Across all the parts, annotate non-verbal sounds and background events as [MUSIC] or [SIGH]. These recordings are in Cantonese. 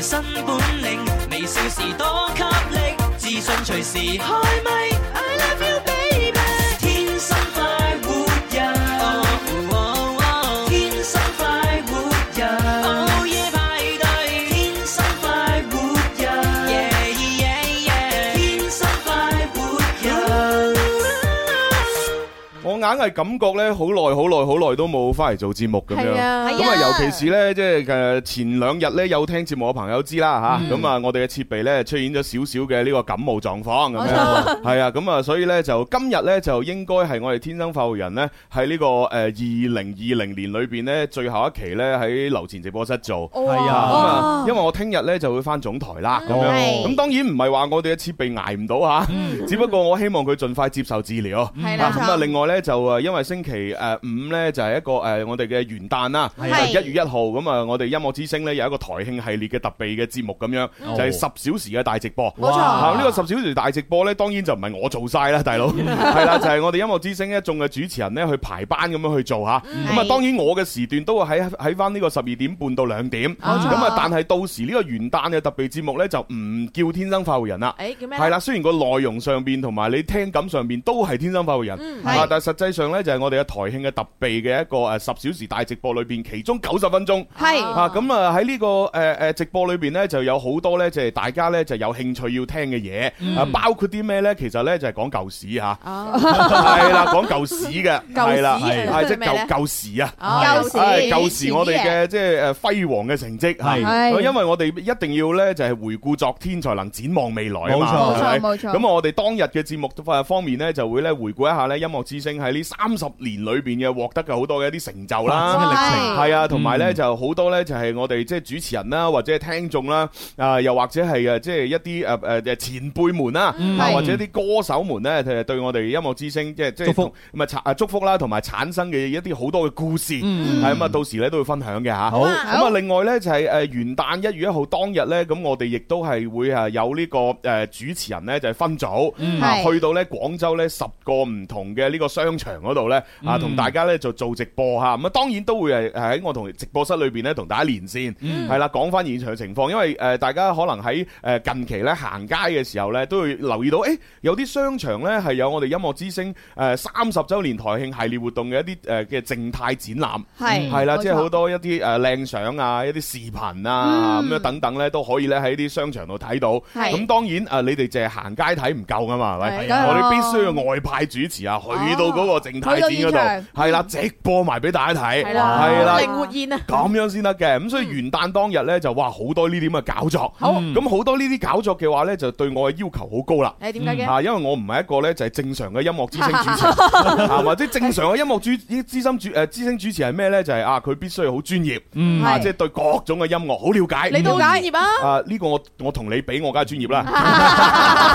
新本領，微笑時多給力，自信隨時開咪。I love you baby，天生快活人哦哦哦天生快活人，午夜派對，天生快活人，yeah yeah yeah，天生快活人。我硬係感覺咧，好耐好耐好耐都冇翻嚟做節目咁樣。係啊咁係啊啊，尤其是咧，即係誒前兩日咧有聽節目嘅朋友知啦嗯吓。咁啊，我哋嘅設備咧出現咗少少嘅呢個感冒狀況咁冇樣。係啊，咁啊，所以咧就今日咧就應該係我哋天生發育人咧喺呢個誒二零二零年裏邊咧最後一期咧喺樓前直播室做。係咁啊啊，，因為我聽日咧就會翻總台啦，咁樣。係咁當然唔係話我哋嘅設備捱唔到吓，只不過我希望佢盡快接受治療。嗯係啊啦，咁啊，另外咧就誒，因為星期誒五咧就係一個誒我哋嘅元旦啦，係就一月一號咁啊，我哋音樂之星咧有一個台慶系列嘅特備嘅節目咁樣，哦就係十小時嘅大直播。冇錯啊呢個十小時大直播咧，當然就唔係我做晒啦，大佬嗯 [LAUGHS] 係啦，就係我哋音樂之星一眾嘅主持人咧去排班咁樣去做吓。咁啊，係當然我嘅時段都會喺喺翻呢個十二點半到兩點。冇錯咁啊，但係到時呢個元旦嘅特備節目咧就唔叫天生發育人啦。誒叫咩係啦，雖然個內容上邊同埋你聽感上邊都係天生發育人，嗯係啊，但係實際上呢，就係我哋嘅台慶嘅特備嘅一個誒十小時大直播裏邊，其中九十分鐘。係啊，咁啊喺呢個誒誒直播裏邊呢，就有好多呢，就係大家呢，就有興趣要聽嘅嘢，嗯啊包括啲咩呢？其實呢，就係講舊史嚇， [LAUGHS] 係啦，講舊史嘅，係啦，哦舊史係即係係咩呢哦舊舊史啊。舊時係舊時我哋嘅即係誒輝煌嘅成績係係因為我哋一定要咧就係回顧昨天，才能展望未來啊嘛，冇錯係咪冇錯冇錯咁我哋當日嘅節目方方面咧，就會咧回顧一下咧音樂之星喺呢三十年裏邊嘅獲得嘅好多嘅一啲成就發啦展嘅。歷係程，係啊，同埋咧嗯就好多咧就係我哋即係主持人啦，或者係聽眾啦，啊又或者係誒即係一啲誒誒誒前輩們啦，嗯啊係或者啲歌手們咧，誒對我哋音樂之星即係即係祝福同咁啊產啊祝福啦，同埋產生嘅一啲好多嘅故事，嗯係咁啊到時咧都會分享嘅吓。好咁啊，另外咧就係誒元旦一月一號當日咧，咁我哋亦都係會誒有呢個誒主持人咧就係分組，啊係去到咧廣州咧十個唔同嘅呢個商場嗰度咧啊，嗯同大家咧就做直播嚇，咁啊當然都會係喺我同直播室裏邊咧同大家連線，係啦講翻現場嘅情況，因為誒大家可能喺誒近期咧行街嘅時候咧都會留意到，誒有啲商場咧係有我哋音樂之星誒三十週年台慶系列活動嘅一啲誒嘅靜態展覽。係係啦，冇即係錯好多一啲誒靚相啊，一啲視頻啊嗯咁樣等等咧，都可以咧喺啲商場度睇到。係咁當然誒，呃你哋淨係行街睇唔夠噶嘛，係咪？係我哋必須要外派主持啊，去到嗰個靜態展去到現嗰場度，係啦，直播埋俾大家睇，哎哦係係啦，啦。靈活現啊，咁樣先得嘅，咁所以元旦當日咧就哇好多呢啲咁嘅搞作，咁好多呢啲搞作嘅話咧就對我嘅要求好高啦。誒點解嘅？啊，因為我唔係一個咧就係正常嘅音樂之星主持，啊或者正常嘅音樂主資深主誒資星主持係咩咧？就係啊佢必須好專業，嗯啊係即係對各種嘅音樂好了解。你都好專業啊，啊呢個我我同你比我梗係專業啦。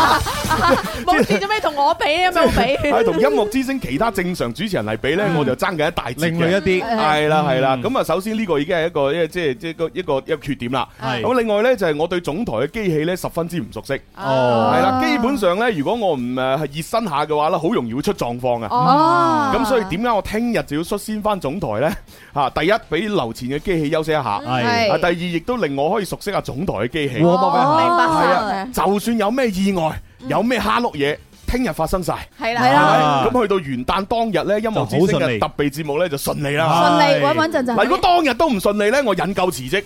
冇事做咩同我比有咩好係比？同音樂之星其他正常主持人嚟比咧，我就爭緊一大截另類一嘅。啲，係啦係啦，咁啊首先呢個已經係一個即係即係即係一個一個一個缺點啦。係咁另外咧就係我對總台嘅機器咧十分之唔熟悉。哦係啦，基本上咧，如果我唔誒係熱身下嘅話咧，好容易會出狀況啊。哦咁所以點解我聽日就要率先翻總台呢？嚇，第一俾樓前嘅機器休息一下，啊，係係第二亦都令我可以熟悉下總台嘅機器。哇冇辦法明白係晒啊，就算有咩意外，有咩蝦碌嘢。聽日發生晒，係係啦啦。係咪咁去到元旦當日呢，音樂之星就好順嘅利特備節目呢就順利啦。啊順利穩穩陣陣。嗱，如果當日都唔順利呢，我引咎辭 [LAUGHS] 職。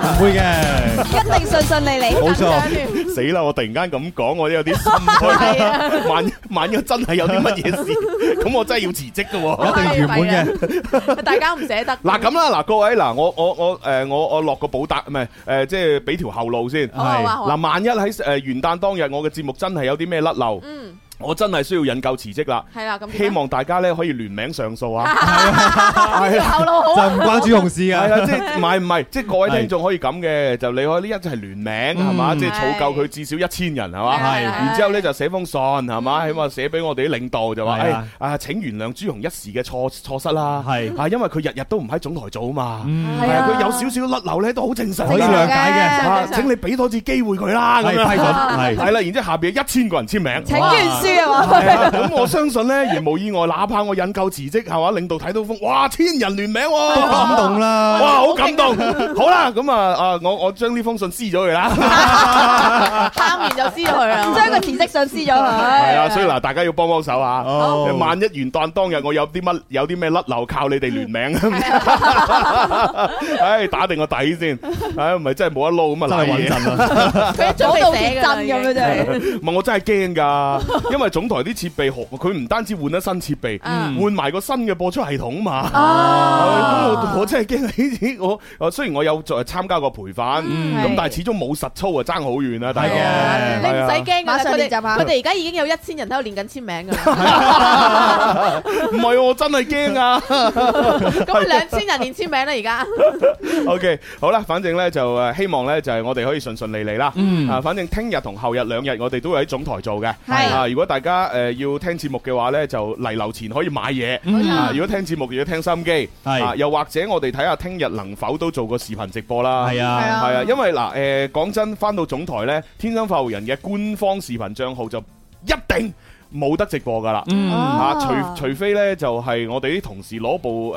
唔會嘅，一定順順利利。冇錯，死啦！我突然間咁講，我都有啲心虛。萬一萬一真係有啲乜嘢事，咁我真係要辭職嘅喎。一定原本嘅，大家唔捨得。嗱咁啦，嗱各位嗱，我我我誒我我落個保達唔係誒，即係俾條後路先。好啊好啊好啊嗱，萬一喺誒元旦當日我嘅節目真係有啲咩甩漏，嗯，我真係需要引咎辭職啦。係啦，咁啊希望大家咧可以聯名上 [LAUGHS] 訴啊！條後路好 [LAUGHS] 就啊。唔關朱紅事係嘅，啦，即係唔係 [LAUGHS] 唔係，即係各位聽眾可以咁嘅，就你可以呢一就係聯名係嘛，嗯即係儲夠佢至少一千人係嘛，係然之後咧就寫封信係嘛，起碼寫俾我哋啲領導就話，係誒啊啊請原諒朱紅一時嘅錯錯失啦，係啊因為佢日日都唔喺總台做啊嘛，嗯係啊係啊佢有少少甩漏咧都好正常可以㗎諒解啊正常請你俾多次機會佢啦咁嘅，係 [LAUGHS] 樣。批准，係係啦，然之後下邊一千個人簽名，請原書啊嘛。係啊咁我相信咧，如無意外，哪怕我引咎辭職，係嘛，領導睇到 [LAUGHS] 風，哇，千人聯名都喎，感動啦。哇，好感動。好啦，咁啊啊，我我將呢封信撕咗佢啦。喊完就撕咗佢啊！ [LAUGHS] 將個辭職信撕咗佢。係啊，所以嗱，大家要幫幫手啊！哦萬一元旦當日我有啲乜有啲咩甩漏，靠你哋聯名。啊唉，打定個底先，唉，唔係真係冇得撈咁啊！真係穩陣啊！佢一早講到到好似寫震㗎啦已咁經樣真 [LAUGHS] 係。唔係我真係驚㗎，因為總台啲設備學佢唔單止換咗新設備，嗯換埋個新嘅播出系統嘛。啊咁我我真係驚我我雖然我有再參加過培訓，咁嗯係但係始終冇實操啊，爭好遠啊，大係嘅哥。你唔使驚㗎啦，馬上佢哋練習下佢哋而家已經有一千人喺度練緊簽名 [LAUGHS] 㗎啦。唔係喎我真係驚啊！咁兩千人練簽名啦，而家 [LAUGHS] O K，好啦，反正咧就诶，希望咧就係我哋可以順順利利啦。嗯啊，反正聽日同後日兩日我哋都會喺總台做嘅。係啊，如果大家诶要聽節目嘅話咧，就嚟樓前可以買嘢。嗯啊，如果聽節目要聽心機。係啊，又或者我哋睇下聽日能否都做個視頻直播啦。係係啊，啊係啊，因為嗱，誒講真，翻到總台咧，天生發號人嘅官方視頻帳號就一定冇得直播噶啦。嗯，啊，啊除除非咧就係我哋啲同事攞部誒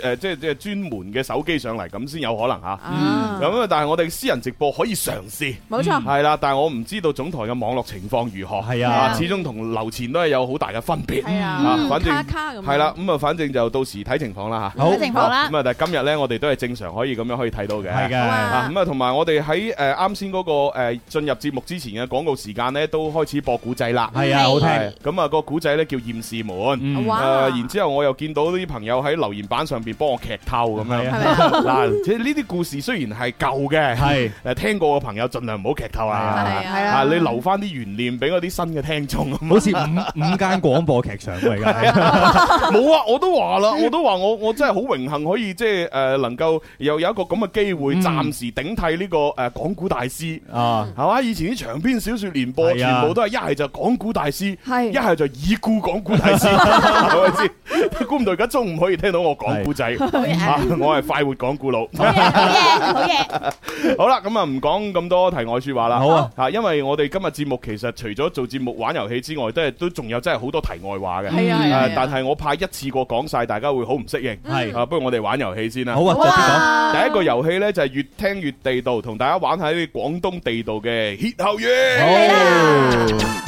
專誒即係即係專門嘅手機上嚟，咁先有可能嚇。啊咁啊，但係我哋私人直播可以嘗試，冇錯。係啦，但係我唔知道總台嘅網絡情況如何。係啊，啊係，始終同樓前都係有好大嘅分別。係啊啊嗯反卡正卡咁樣。係啦，咁啊，反正就到時睇情況啦嚇。好睇情況啦咁。啊，但係今日咧，我哋都係正常可以咁樣可以睇到嘅。係好嘅，啊啊，咁啊，同埋我哋喺誒啱先嗰個誒進入節目之前嘅廣告時間咧，都開始播古仔啦。係啊，好係聽。咁啊，個古仔咧叫《驗視門》。嗯哇誒，然之後我又見到啲朋友喺留言板上邊幫我劇透咁係樣。啊係咪啊？嗱，即係呢啲故事雖然係舊嘅，係誒聽過嘅朋友盡量唔好劇透啦。係啊啊，你留翻啲懸念俾嗰啲新嘅聽眾。啊 [LAUGHS] 好似五五間廣播劇場嚟㗎，冇啊，我都話啦，嗯我都話我我真係好榮幸可以即係誒能夠又有一個咁嘅機會，嗯暫時頂替呢個誒講古大師。啊，係嘛？以前啲長篇小説連播，係啊全部都係一係就講古大師，係一係就已故講古大師，係咪先？估唔到而家中午可以聽到我講古仔，啊我係快活講古佬。好嘢，好嘢，好嘢。 [LAUGHS] 好啦，咁啊唔講咁多題外説話啦。好啊，嚇，因為我哋今日節目其實除咗做節目玩遊戲之外，都係都仲有真係好多題外話嘅。係啊係啊啊係啊但係我怕一次過講晒，大家會好唔適應。嗯係啊，不如我哋玩遊戲先啦。好啊，直接講，哇第一個遊戲呢，就係越聽越地道，同大家玩下啲廣東地道嘅歇後語。好，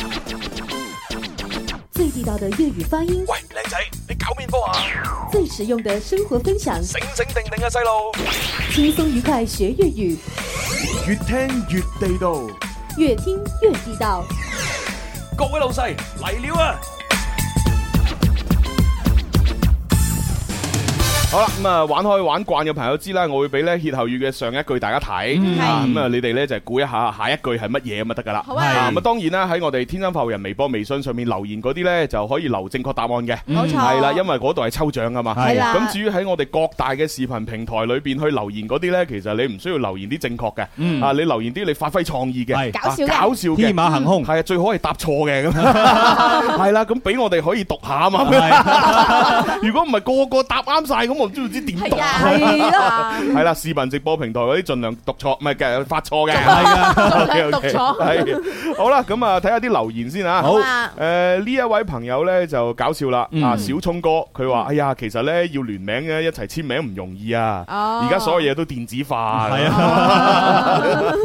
最地道的粤语发音，喂，靓仔，你搞面科啊？最实用的生活分享，醒醒定定啊，细路！轻松愉快学粤语，越聽越地道。越听越地道。各位老细嚟了啊！好啦，咁啊玩開玩慣嘅朋友知啦，我會俾咧歇後語嘅上一句大家睇，嗯啊係咁啊你哋咧就係估一下下一句係乜嘢咁就得噶啦。好係啊，咁啊當然啦，喺我哋天生發號人微博、微信上面留言嗰啲咧就可以留正確答案嘅。嗯冇錯係啦，因為嗰度係抽獎噶嘛。係啦咁至於喺我哋各大嘅視頻平台裏邊去留言嗰啲咧，其實你唔需要留言啲正確嘅，嗯啊你留言啲你發揮創意嘅，係啊搞笑嘅搞笑嘅。天馬行空，係啊，最好係答錯嘅 [LAUGHS] 咁，係啦，咁俾我哋可以讀下啊嘛。係 [LAUGHS] 如果唔係個個答啱晒，咁我都唔知點讀。係啊，[LAUGHS] 係啦，係啦，視頻直播平台嗰啲盡量讀錯，唔係嘅 [LAUGHS] 發錯嘅。係噶，盡量 [LAUGHS] 讀 [LAUGHS] 錯。係好啦，咁啊睇下啲留言先啊。好啊誒呢一位朋友呢就搞笑啦，嗯啊小聰哥，佢話：哎呀，其實呢要聯名嘅一齊簽名唔容易啊，哦而家所有嘢都電子化，係啊， [LAUGHS]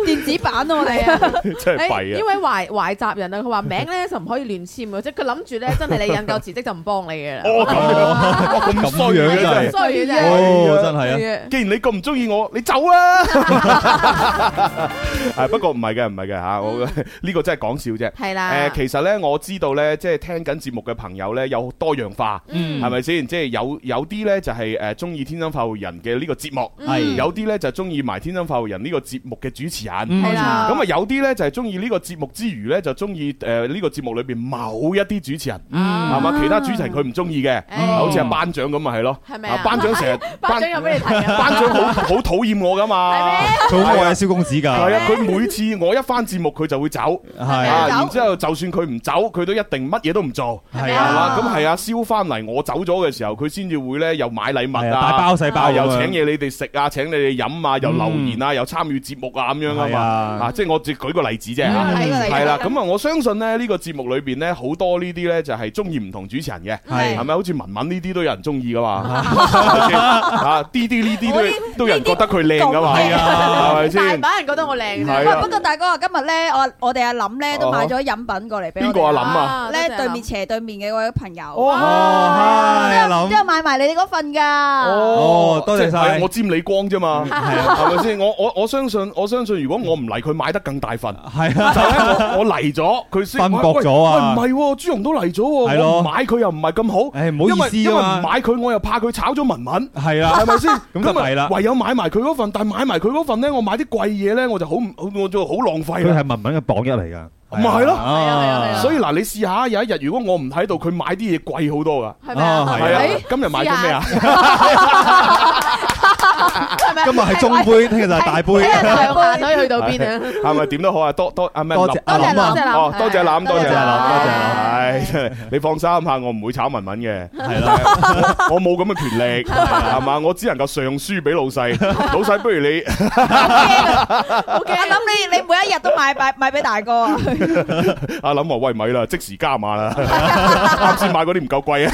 電子版啊，我哋啊。真誒係弊啊呢。位哎懷懷集人啊，佢話名咧就唔可以亂簽嘅，即係佢諗住咧，真係你引咎辭職就唔幫你嘅啦。哦咁樣，哇咁衰咁嘅樣真真係係。衰嘅啫。哦，真係啊，既然你咁唔中意我，你走 [LAUGHS] 啊！ [LAUGHS] 係不過唔係嘅，唔係嘅嚇，我 [LAUGHS] 呢個真係講笑啫。嗯係誒、啦，其實呢，我知道呢，即係聽緊節目嘅朋友呢，有多樣化，嗯係咪先？即係有有啲呢，就係誒中意《天生發號人》嘅呢個節目，嗯係有啲呢，就中意埋《天生發號人》呢個節目嘅主持人。嗯係啦，咁啊，有啲呢，就係中意呢個節目之餘呢，就中意誒呢個節目裏邊某一啲主持人，嗯係嘛？其他主持人佢唔中意嘅，誒好似係頒獎咁咪係咯。嗯係咪啊頒班長成日班長有俾你睇啊？班 [LAUGHS] 長好好討厭我噶嘛。佢好愛啊，萧公子㗎，係啊，佢每次我一翻節目佢就會走，係啊，啊，然之後就算佢唔走，佢都一定乜嘢都唔做，係係啊，啦，咁係啊，燒翻嚟我走咗嘅時候，佢先至會咧又買禮係物啊，大啊。包細包啊！咁樣，又請嘢你哋食啊，請你哋飲啊，又留言啊，又參與節目啊咁樣啊係嘛，啊啊即係我只舉個例子啫嚇，嗯係啦，咁啊我相信咧呢個節目裏邊咧好多呢啲咧就係中意唔同主持人嘅，係係咪？好似文文呢啲都有人中意噶嘛，係咪先啊啲啲呢啲我都呢都有人覺得佢靚噶嘛，係係啊咪先？大把人覺得我靚係啫。啊喂不過大哥啊，今日咧，我我哋阿林咧都買咗飲品過嚟俾我哋。邊個阿林啊咧多謝對林面斜對面嘅嗰位朋友。哦哦，嗨，阿之後林，買埋你哋嗰份㗎。哦多謝晒即係我沾你光啫嘛，係咪先？我我我相信，我相信如果我唔嚟，佢買得更大份。係啊就。係我我嚟咗，佢先分薄咗啊喂喂唔係喎，朱紅都嚟咗喎，係咯我唔買佢又唔係咁好。唉唔好意思啊嘛因為因為唔買佢，我又怕佢炒咗文文。系啦，係咪先？ [LAUGHS] 咁就啊弊啦唯有買埋佢嗰份，但係買埋佢嗰份咧，我買啲貴嘢咧，我就好唔，我就好浪費佢啦。係文文嘅榜一嚟㗎，咪係咯係啊係啊係啊所以嗱，你試下有一日，如果我唔喺度，佢買啲嘢貴好多噶。係咪啊？哦係係啊，今日買咗咩啊？係咪？今日係中杯，聽日就係大杯， [LAUGHS] 睇下兩眼可以去到邊啊？係咪點都好啊？多多啊咩？多謝阿林啊多謝林哦，多謝林，多謝林，多謝林多謝林係真係你放心嚇，我唔會炒文文嘅，係啦， [LAUGHS] 我冇咁嘅權力，係嘛？我只能夠上書俾老細，老細不如你 [LAUGHS] 阿林，你你每一日都買買買俾大哥啊。阿林話喂咪啦，即時加碼啦，啱先買嗰啲唔夠貴啊。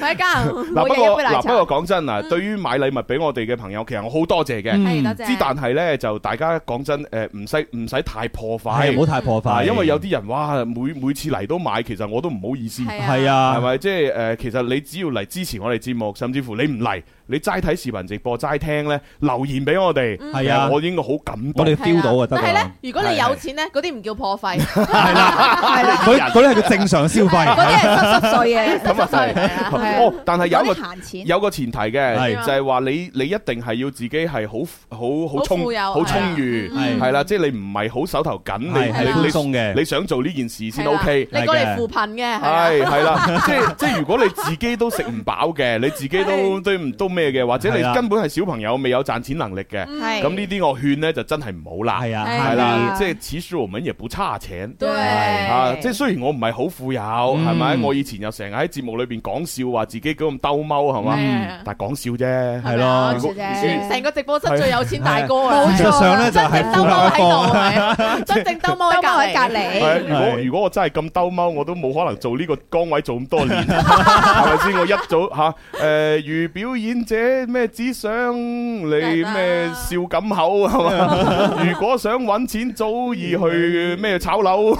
喺家嗱嗯每日不一過杯嗱奶不茶。嗯過講真啊，對於買禮物俾我哋嘅朋友，其實我好多謝嘅。係多嗯，之謝。但係呢，就大家講真，誒唔使唔使太破係唔費好，太破啊費，因為有啲人哇，每每次嚟都買，其實我都唔好意思。係係啊，咪？即係誒，其實你只要嚟支持我哋節目，甚至乎你唔嚟，你齋睇視頻直播、齋聽呢，留言俾我哋，係啊其實我應該好感動我。哋 feel 到啊得嗯但係啦咧，，如果你有錢咧，嗰啲唔叫破費，係啦， [LAUGHS] 佢嗰啲係佢正常消嗰費，啲係濕濕碎嘅，咁啊係 [LAUGHS] 係啊哦，但係有一嗰啲個閒錢。有個前提嘅，係就係話你你一定係要自己係好好好好充富有啊嗯好充裕，係係啦，即係你唔係好手頭緊，你係係寬你鬆嘅你，你想做呢件事先係啦 OK。你過嚟扶貧嘅，係啊係 [LAUGHS] 係啦，即係即係如果你自己都食唔飽嘅，你自己都都唔都咩嘅，或者你係啦根本係小朋友未有賺錢能力嘅，嗯係咁呢啲我勸呢就真係唔好啦。係啊，係系係啦，啦，啦即係其實我們也不差錢。對啊！即係雖然我唔係好富有，係咪？嗯我以前又成日喺節目裏邊講笑，話自己咁兜踎，係嘛？嗯係但係講笑啫。係咯如果啫成個直播室最有錢大哥啊！事實上咧就真係正兜富踎甲喺度，係一方，咪啊真正兜踎兜喺隔踎喺離隔係啊如離，果係如果我真係咁兜踎，我都冇可能做呢個崗位做咁 [LAUGHS] 多年，係咪先？我一早吓诶，誒如表演者咩只想你咩笑咁口係嘛？如果想揾錢，早已去咩炒樓，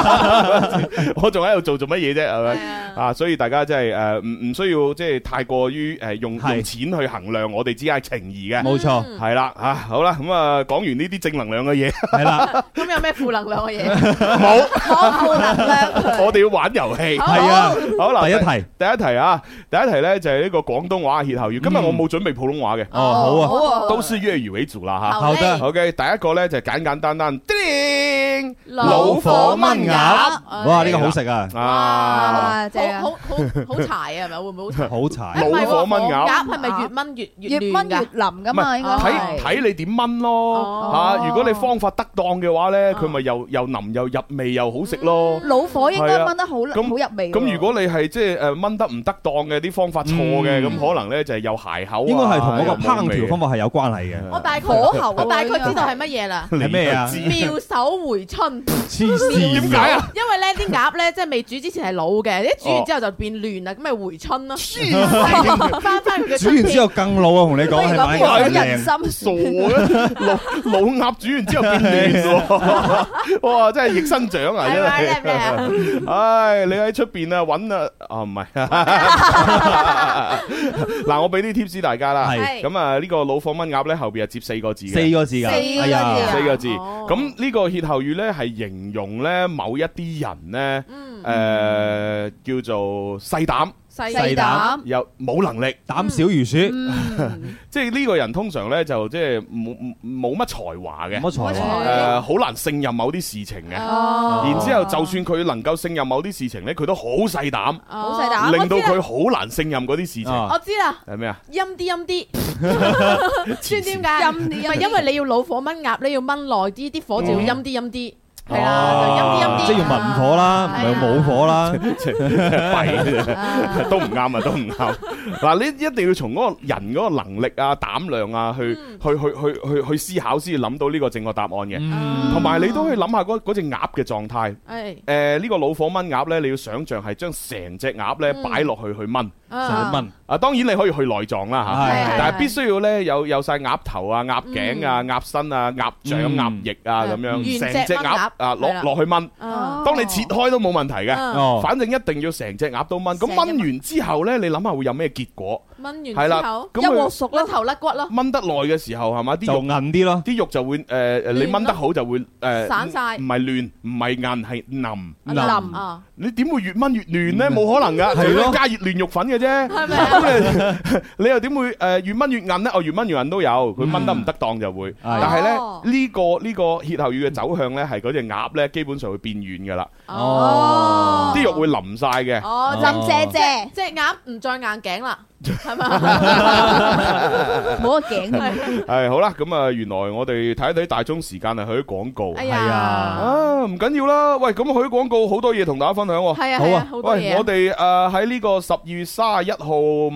[LAUGHS] 我仲喺度做做乜嘢啫？係咪？啊，所以大家真係誒唔唔需要即係太過於誒用係用錢去衡量我哋之間嘅情誼嘅。冇錯，係啦，嚇好啦，咁啊講完呢啲正能量嘅嘢，[LAUGHS] 係啦，啊咁有咩負能量嘅嘢？冇，我負能量。 [LAUGHS] 我哋要玩遊戲。好係啊，好啦，第一題，第一題啊，第一題呢就係呢個廣東話嘅歇後語。今日嗯我冇準備普通話嘅，哦，好啊，好啊都是粵語為主啦嚇。好得， OK，第一個呢就係簡簡單單，叮老火炆鴨哇，呢個好食啊，啊，啊，正啊好好 [LAUGHS] 好好柴啊，係咪？會唔會好柴？好老柴，唔係喎火炆鴨鴨係咪啊越炆越越越炆亂越㗎？淋噶唔嘛，係應該睇係睇你點炆咯哦嚇。如果你方法得當嘅話呢，哦佢咪又又腍又入味又好食咯。 [LAUGHS] 老火應該炆得好好咁入味喎。咁如果你係即係誒炆得唔得當嘅啲方法錯嘅，咁嗯可能咧就係有鞋口啊，應該係同嗰個又冇烹味調 [LAUGHS] 方法係有關係嘅，我大概火候啊我大概知道係乜嘢啦。你係咩啊都知妙手回春，黐線，點解啊？因為咧啲鴨咧即係未煮之前係老嘅，一煮完之後就變亂啦，咁咪回春咯。翻翻佢嘅煮完之後更老啊，同你不如講係買咁緊講更人靚，心傻嘅，老老鴨煮完之後變亂喎，哇！真係逆生長啊，係真咪係。叻唔叻啊？唉，你喺出邊啊揾啊，啊唔係。 [LAUGHS] 嗱，我俾啲 tips 大家啦。係咁啊，呢個老火炆鴨咧後邊係接四個字嘅。四個字㗎，四個哎呀字啊四個字。哦咁呢個歇後語呢，係形容呢某一啲人呢，誒叫做細膽，細細膽膽，又冇能力，膽小如鼠，嗯， [LAUGHS] 即係呢個人通常咧就即係冇冇冇乜才華嘅，乜才華？誒好難勝任某啲事情嘅。哦然之後，就算佢能夠勝任某啲事情咧，佢都好細膽，好細膽啊令到佢好難勝任嗰啲事情。啊我知啦，係咩啊？陰啲陰啲，知唔知點解？陰唔啲陰係啲因為你要老火炆鴨，你要炆耐啲，啲火就要陰啲陰啲，係啦，啊就即陰啲陰係要啲。文火啦，唔係武火啦，弊都唔啱啊，都唔啱。 [LAUGHS] 嗱，你一定要從嗰個人嗰個能力啊、膽量啊，去去去去去去思考，先至諗到呢個正確答案嘅。嗯同埋你都去諗下嗰嗰只鴨嘅狀態。係誒，呢個老火炆鴨呢，你要想象係將成隻鴨呢嗯擺落去去炆。想啊問啊，當然你可以去內臟啦嚇，係但係係必須要咧有有曬鴨頭啊、鴨頸啊、鴨身啊、鴨掌、嗯鴨翼啊係咁樣，原成隻隻炆鴨鴨啊係落啦落去炆。啊當你切開都冇問題嘅，啊哦，反正一定要成隻鴨都炆。咁成隻炆完之後咧，你諗下會有咩結果？炆係完啦之後，，咁一鑊佢熟甩啦，頭甩骨咯，炆得耐嘅時候係嘛？啲就肉硬啲咯，啲肉就會誒誒，你亂咯炆得好就會誒散晒唔係亂，唔係硬，係腍。淋淋啊，你點會越炆越嫩咧？冇可能噶，係除咯非加熱嫩肉粉嘅啫。係咪啊？咁你 [LAUGHS] 你又點會誒越炆越硬咧？哦，越炆越硬都有，佢炆得唔得當就會。但係咧哦呢個呢個歇後語嘅走向咧，係嗰只鴨咧基本上會變軟㗎啦，哦啲肉會淋晒嘅。哦，林姐姐，只鴨唔再硬頸啦，係 [LAUGHS] 嘛？冇個頸，係好啦，咁啊，原來我哋睇一睇大鐘時間係去咗廣告。哎係呀，啊，唔緊要啦。喂，咁去咗廣告好多嘢同大家分享喎。係啊，好係啊啊，好多喂，嘢我啊，哋誒呃喺呢個十二月三十一號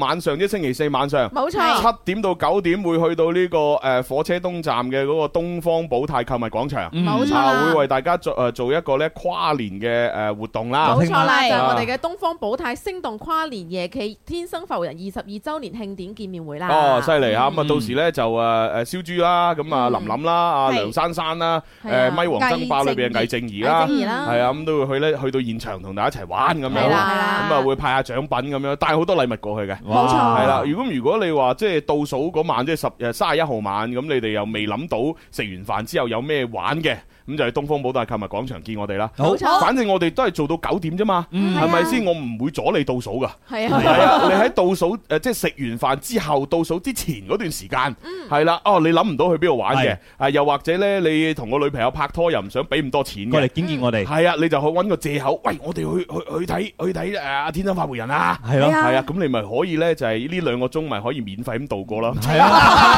晚上，即係星期四晚上。冇錯。七點到九點會去到呢個誒火車東站嘅嗰個東方寶泰購物廣場，嗯冇錯啊啦會為大家做誒做一個咧跨年嘅誒活動啦冇。錯啦，就啊啊聽晚係我哋嘅東方寶泰星動跨年夜企天生浮人二十二周年慶典見面會啦。哦，犀利嚇！咁啊，嗯到時咧就誒誒燒豬啦，咁啊嗯林林啦，啊係梁珊珊啦，係啊誒咪王爭霸裏邊嘅魏靜怡啦係，正兒啦，係啊，咁都會去咧去到現場同大家一齊玩咁係樣，啦咁係啦，啊會派下獎品咁樣，帶好多禮物過去嘅。冇錯係啦，如果如果你話即係倒數嗰晚，即係十誒三十一號晚，咁你哋又未諗到食完飯之後有咩玩嘅，咁就係東方寶大購物廣場見我哋啦。好冇錯，反正我哋都係做到九點啫嘛，嗯係咪先？我唔會阻你倒數噶。係係啊，啊，你喺倒數誒，即係食完飯之後倒數之前嗰段時間，係啦，哦，你諗唔到去邊度玩嘅係，啊，又或者呢，你同個女朋友拍拖又唔想俾咁多錢過嚟嘅。見見我哋，係啊，你就去揾個借口，喂，我哋去去去睇去睇誒《天生發回人》啊！係咯，系啊，咁你咪可以咧，就係呢兩個鐘咪可以免費咁度過咯。係啊，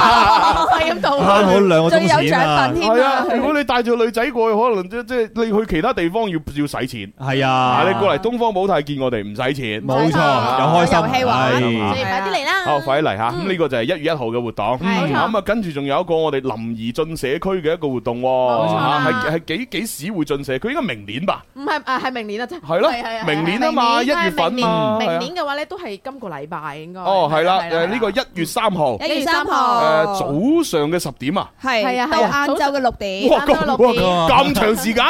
係咁到。慳好兩個仲有鐘錢啊獎品，添係啊啊，！如果你帶住女仔過去，可能即即係你去其他地方要要使錢，係啊啊，你過嚟東方寶泰見我哋唔使錢。冇錯，又開心，有遊戲玩所係以快啲嚟啦！好，快啲嚟吓！嗯咁呢個就係一月一號嘅活動，冇錯咁啊，跟住仲有一個我哋林怡進社區嘅一個活動喎，冇錯啦嚇係係幾幾時會進社區？應該明年吧，唔係啊，係明年啊，真係咯係係，係明年啊嘛，一月份嘛，明係年啊明年嘅話咧，都係今個禮拜應該。哦，係啦，啦嗯誒呢個一月三號，誒一月三早號，上嘅十點啊。係啊係係到啊晏晝嘅六點，哇，咁晏晝六點哇咁長時間，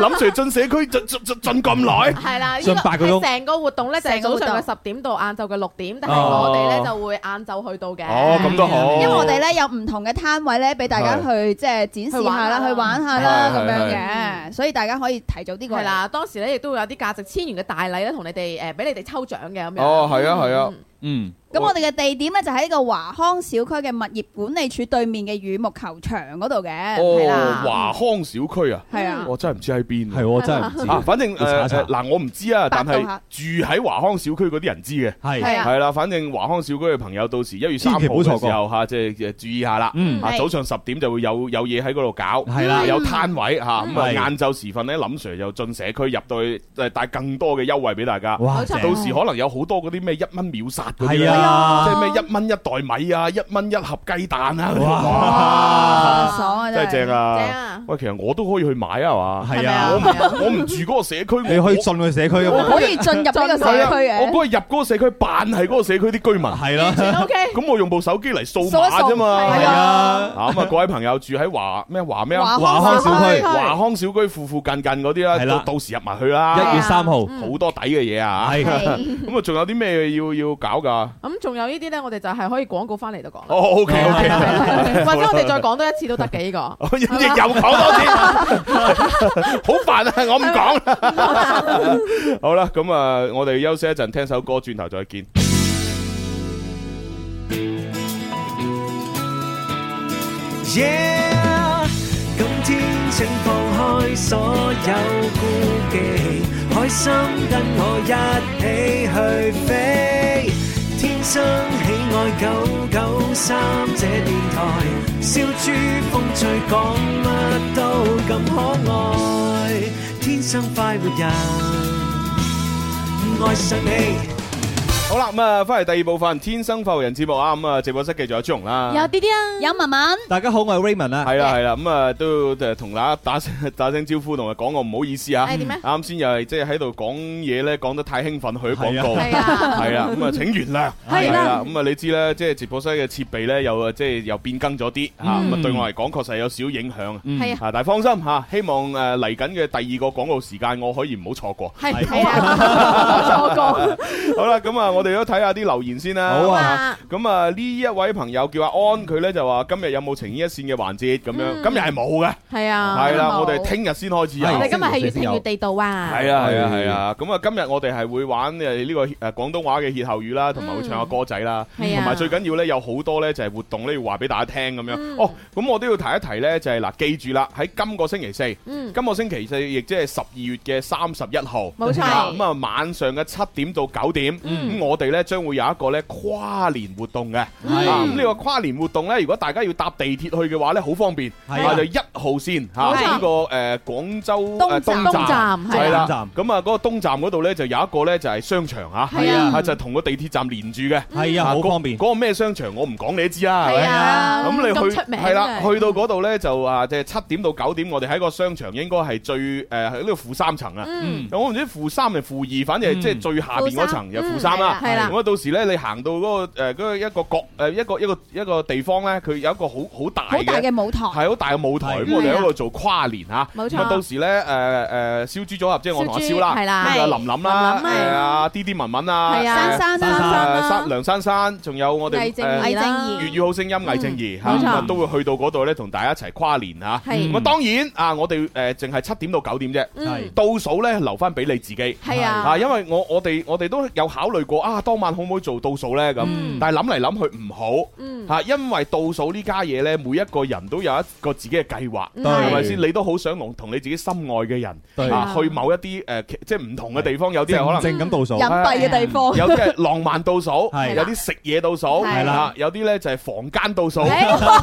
諗住進社區進進進進咁耐，係啦，呢個上八個鐘係成個活動咧就係成個早活動上嘅十點到晏晝嘅六點，但係哦我哋咧就會晏晝去到嘅。哦，咁都好，因為我哋咧有唔同嘅攤位咧，俾大家去即係展示下啦，去去玩玩下啦啦咁樣係嘅，所以大家可以提早啲過係嚟。啦，當時咧亦都會有啲價值千元嘅大禮咧，同你哋誒俾你哋抽獎嘅咁樣。哦係啊係啊嗯，嗯，咁我哋嘅地點咧就喺呢個華康小區嘅物業管理處對面嘅羽木球場嗰度嘅，係哦啦，華康小區啊，係啊，我真係唔知喺邊係我真係唔知，啊，反正要查誒一查誒嗱，我唔知啊，但百係度下住喺華康小區嗰啲人知嘅，係，係啊係啦，反正華康小區嘅朋友到時一月三號千祈唔好嘅錯過時候嚇，即係呃注意下啦。嗯，啊，係早上十點就會有有嘢喺嗰度搞，係啦嗯有攤位嚇，咁啊係晏晝時分咧，林 Sir 就進社區入到去誒帶更多嘅優惠俾大家。哇，冇錯到正時可能有好多嗰啲咩一蚊秒殺嗰啲係咧啊即係咩一蚊一袋米啊，一蚊一盒雞蛋啊嗰啲，哇哇，啊爽啊真係正正啊！啊！喂，其實我都可以去買啊嘛，係咪啊啊我，唔我唔住嗰個社區，你我可以進去社區㗎嘛，可以進入呢個社區我嘅。嗰日入嗰個社區扮係嗰個社區啲居民，係啦， O K，咁我用部手機嚟掃啊掃碼一掃啫嘛，係係啊，啊咁啊，各位朋友住喺華咩華咩啊華華康小區華康小區附附近近嗰啲啦，係啦到到時入埋去啦，一月三號，好多抵嘅嘢啊！係。嗯係咁啊，仲有啲咩要要搞搞噶？咁仲有呢啲咧，我哋就係可以廣告翻嚟 [LAUGHS] 就講啦。哦，OK 係啦 [LAUGHS] OK，係啦或者我哋再講多一次都得嘅呢個。亦又講多次， [LAUGHS] 好煩啊！我唔講啦。好啦，咁啊，我哋休息一陣，聽首歌，轉頭再見。 Yeah，今天請放開所有顧忌，開心跟我一起去飛。天生喜愛九九三這電台，笑豬風趣講乜都咁可愛，天生快活人，愛上你。好啦，咁啊，翻嚟第二部分《天生發育人》節目啊，咁啊，直播室繼續有朱紅啦。啲啲啊，有文文，大家好，我係 Raymond 啊。系啦系啦，咁啊都誒同大家 [LAUGHS] 打聲打聲招呼，同埋講個唔好意思啊。係點咧啱先又係即係喺度講嘢咧，講得太興奮，去咗廣告。係啊，係啦，咁 [LAUGHS] 啊請原諒。係啦係啦，咁啊你知咧，即係直播室嘅設備咧，又啊即係又變更咗嗯啲嚇，咁啊對我嚟講確實有少影響。係啊，啊！但係放心嚇，希望誒嚟緊嘅第二個廣告時間，我可以唔好錯過。係係啊，冇錯過。好啦，咁啊，我哋都睇下啲留言先啦。好啊哇咁啊，呢一位朋友叫阿安，佢咧就話今日有冇情牽一線嘅環節咁樣？嗯今日係冇嘅。係啊，系啦，好我哋聽日先開始我啊。哋今日係越星期四先聽有越地道啊。係啊係啊係啊，咁啊今日我哋係會玩誒呢個誒廣東話嘅歇後語啦，同埋會唱下歌仔啦，嗯係啊同埋最緊要咧有好多咧就係活動咧要話俾大家聽咁嗯樣。哦，咁我都要提一提咧，就係嗱，記住啦，喺今個星期四，嗯今個星期四亦即係十二月嘅三十一號，冇錯嗯啊咁啊晚上嘅七點到九點，咁我哋咧將會有一個咧跨年活動嘅。係啊咁呢個跨年活動咧，如果大家要搭地鐵去嘅話咧，好方便，係啊啊就一號線冇嚇錯呢個誒廣州誒東站東東站。站係係啦啦，東站，咁啊嗰個東站嗰度咧就有一個咧就係商場啊，係啊就係同個地鐵站連住嘅，係啊，好方便。嗰個咩商場我唔講你都知啦，係係咪？啊，咁你咁去出名係啦，真係去到嗰度咧就啊，即係七點到九點，我哋喺個商場應該係最誒喺呢個負三層啊。嗯我唔知負三定負二，反正係嗯即係最下邊嗰層就負三啦。嗯係啦咁啊，到時咧你行到嗰個誒嗰個一個角誒一個一個一個地方咧，佢有一個好好大好大嘅。嘅舞台，係好大嘅舞台，係咁我哋喺度做跨年嚇，嗯冇錯咁啊到時咧誒誒燒豬組合，即係我同阿燒豬蕭啦，係啦咁啊林林啦，林林誒啊啊 D D 文文啊，係啊珊珊珊啦珊。誒山梁珊珊，仲有我哋魏正誒義怡啦魏正粵語好聲音魏正義嚇，冇錯咁啊都會去到嗰度咧，同大家一齊跨年嚇。係咁啊當然啊，我哋誒淨係七點到九點啫，嗯倒數咧留翻俾你自己。係啊，啊，因為我我哋我哋都有考慮過啊，當晚可唔可以做倒數呢？咁？但係諗嚟諗去唔好嗯嚇，因為倒數呢家嘢呢，每一個人都有一個自己嘅計劃，嗯係係咪先？你都好想同同你自己心愛嘅人對啊，去某一啲誒其即係唔同嘅地方，有啲係可能。靜靜咁倒數隱。蔽嘅地 [LAUGHS] 方，有啲係浪漫倒數， [LAUGHS] 係有啲食嘢倒數，係啦啊有啲呢就係房間倒數，誒，單倒數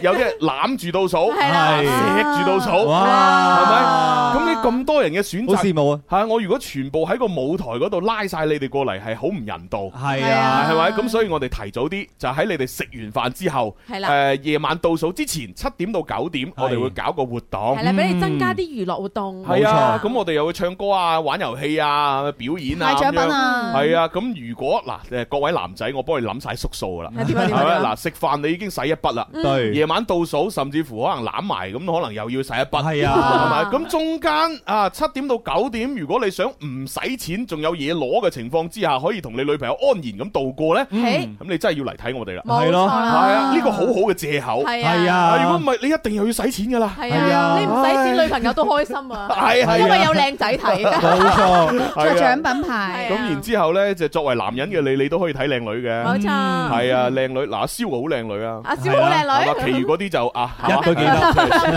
有啲係攬住倒數，係啦，係錫住倒數，哇，係啊咪？咁你咁多人嘅選好擇羨慕啊！係啊我如果全部喺個舞台嗰度拉晒你哋過嚟，係好唔人道。係啊啊，係咪？咁所以我哋提早啲，就喺你哋食完飯之後，係啦誒夜晚倒數之前七點到九點，我哋會搞個活動係。啦，俾你增加啲娛樂活動，係啊，冇錯咁我哋又會唱歌啊、玩遊戲啊、表演啊賣獎咁品樣。啊，係啊，咁如果嗱誒各位男仔，我幫你諗晒縮數噶啦， [LAUGHS] 係點啊點啊咪點啊嗯嗱食飯你已經使一筆啦，對夜，晚倒數甚至乎可能攬埋，咁可能又要使一筆。係係啊，咪？咁中間啊，七點到九點，如果你想唔使錢，仲有嘢攞嘅情況之下，可以同你女朋友安然咁度過呢，誒咁你真係要嚟睇我哋啦。嗯冇係咯錯係啦，啊，呢個好好嘅借口。係係啊，啊，如果唔啊，係，你一定又要使錢噶啦。係係啊，啊你唔使錢，女朋友都開心啊，係係因為有靚仔 [LAUGHS] 睇，冇 [LAUGHS] 錯，出係獎啊。品牌，咁然之後呢，就作為男人嘅你，你都可以睇靚女嘅。冇錯，係啊，靚女嗱，阿蕭好靚女啊。阿蕭好係靚嘛女，其餘嗰啲就啊，係嘛一都記得。 [LAUGHS]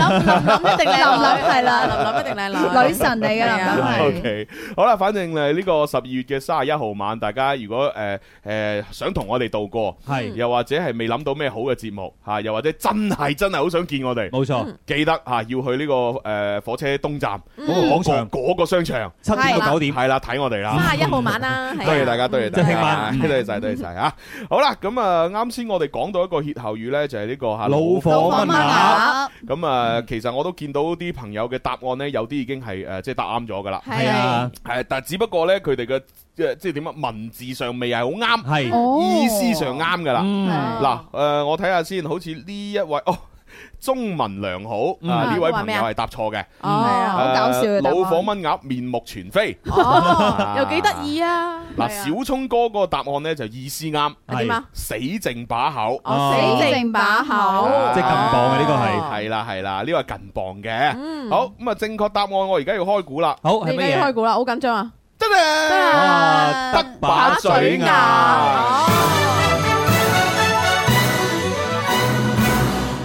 林一定靚女，[LAUGHS] 林林係啦林林一定靚女，女神嚟係啊噶， O 林林係 K，好啦，反正誒呢個十二月嘅三十一號晚，大家如果誒誒想同我哋度過，係又或者係未諗到咩好嘅節目嚇，又或者真係真係好想見我哋，冇錯，記得嚇要去呢個誒火車東站嗰個廣場嗰個商場，七點到九點，係啦睇我哋啦。三十一號晚 [LAUGHS] 啦，係啊多謝大家，多謝大即係聽家，晚多謝晒，多謝晒嚇。好啦，咁啊，啱先我哋講到一個歇後語咧，就係呢個嚇老火老炆火炆鴨，鴨咁啊，其實我都見到啲朋友嘅答案咧，有啲已經係呃誒即係答啱咗噶啦。係啊，係，但只不過咧，佢哋嘅即係即係點啊，文字上未係好啱，係，哦意思上啱噶啦。啊呃嗯，嗱，誒，我睇下先，好似呢一位哦。中文良好嗯啊！呢位話朋咩友啊係答錯嘅，呃哦，好搞笑嘅答案老火蚊鴨面目全非。哦，又幾得意啊！嗱，係啊小聰哥嗰個答案呢，就意思啱，係點啊？死剩把口。哦，死剩把口，即係近磅嘅呢個係哦係啦係啦，呢個係近磅嘅。嗯，好咁啊，正確答案我而家要開估啦，好係你而家乜要開嘢？估啦，好緊張啊！真得係啊，啦，得把嘴牙牙。哦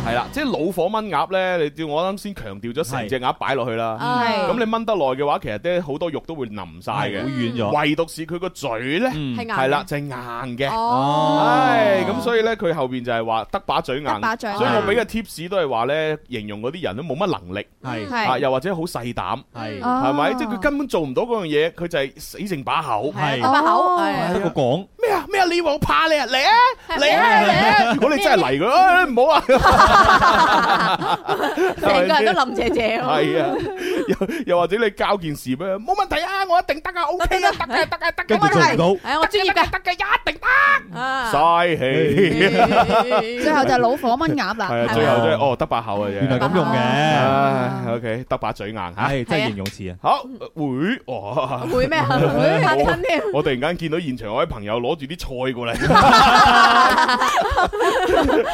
係啦，即係老火炆鴨呢，你叫我啱先強調咗成隻鴨擺落去啦。係咁你炆得耐嘅話，其實咧好多肉都會腍晒係嘅會，軟咗。唯獨是佢個嘴呢，嗯係硬嘅係啦就係硬嘅。哦，唉，咁所以咧，佢後邊就係話得把嘴硬，得把嘴硬所以我俾嘅 tips 都係話咧，形容嗰啲人都冇乜能力係係啊，又或者好細膽，係哦係咪？即係佢根本做唔到嗰樣嘢，佢就係死剩把口。係係得把口，哦係係得個講，咩啊咩啊！你話我怕你啊，嚟啊係嚟啊嚟啊！如果你真係 [LAUGHS] 嚟佢，唉唔好啊，成個人都林姐姐喎。係啊，又又或者你交件事咩？冇問題啊，我一定得啊，OK 啊，得嘅得嘅得跟住嘅， [LAUGHS] 做唔到，係啊，我專業嘅，得嘅一定啊得。嘥氣， [LAUGHS] 最後就係老火炆鴨啦，係啊，係最咪後啊都係哦得把口嘅原啫。來咁用嘅，唉，OK，得把嘴硬吓。係真係形容詞啊！好會哇！會咩？會嚇親添。我突然間見到現場有位朋友攞住啲菜過嚟，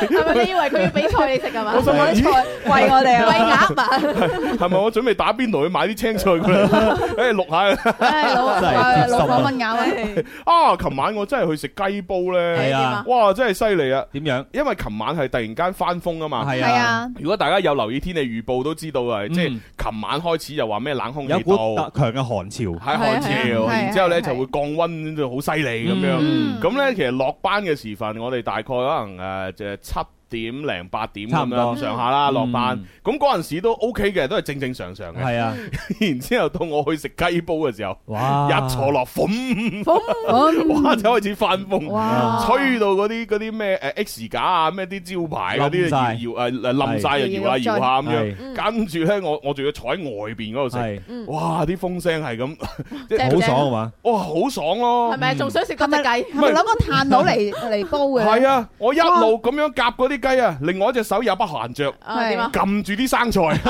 係咪你以為佢要俾菜你食係嘛？我心諗咦喂我哋喂啊，鴨啊！ [LAUGHS] 係咪我準備打邊爐去買啲青菜 [LAUGHS] 過嚟？誒錄下啦唉，老真係喂老火炆搞鴨啊啊！啊！琴晚我真係去食雞煲係咧，啊哇！真係犀利啊！點樣？因為琴晚係突然間翻風啊嘛。係係啊，啊，如果大家有留意天氣預報都知道啊，即係嗯琴晚開始又話咩冷空氣有股度特強嘅寒潮，喺寒潮，係啊係啊然之後咧係啊就會降温到好犀利咁樣。嗯咁咧，其實落班嘅時分，我哋大概可能誒就係七點零八點差咁唔樣多上下啦，嗯落班。咁嗰陣時都 OK 嘅，都係正正常常嘅。係啊， [LAUGHS] 然之後到我去食雞煲嘅時候，哇！一坐 [LAUGHS] 落， [LAUGHS] 嘣，哇就開始翻風，哇，吹到嗰啲嗰啲咩誒 X 架啊，咩啲招牌嗰啲冧晒搖誒誒冧晒又搖下搖下咁樣。係嗯跟住咧，我我仲要坐喺外邊嗰度食，係嗯哇！啲風聲 [LAUGHS] 係咁，正好爽啊嘛！嗯哇，好爽咯係！咪仲想食多隻雞？係咪攞個炭佬嚟嚟煲嘅係咧？啊，我一路咁樣夾嗰啲雞啊，另外一隻手也不閒着，啊點啊？撳住啲生菜， [LAUGHS]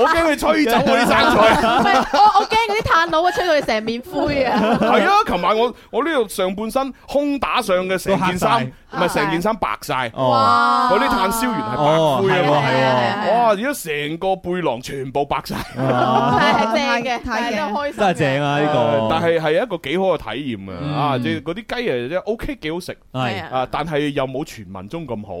[LAUGHS] 我驚佢吹走我啲生菜。唔係我我驚嗰啲炭佬啊，吹到你成面灰啊！係啊，琴晚我我呢度上半身空打上嘅成件衫，唔都黑晒係成件衫白晒，哦，我啲炭燒完係白哦，灰係啊喎，嘛。係喎。係啊哇！而家成個背囊全部白晒，啊係係哦正嘅，太係正都開心嘅。哦真係正啊！呢個，但係係一個幾好嘅體驗嗯啊！啊，即係嗰啲雞啊，即係 OK 幾好食係係啊，但係又冇傳聞中咁好。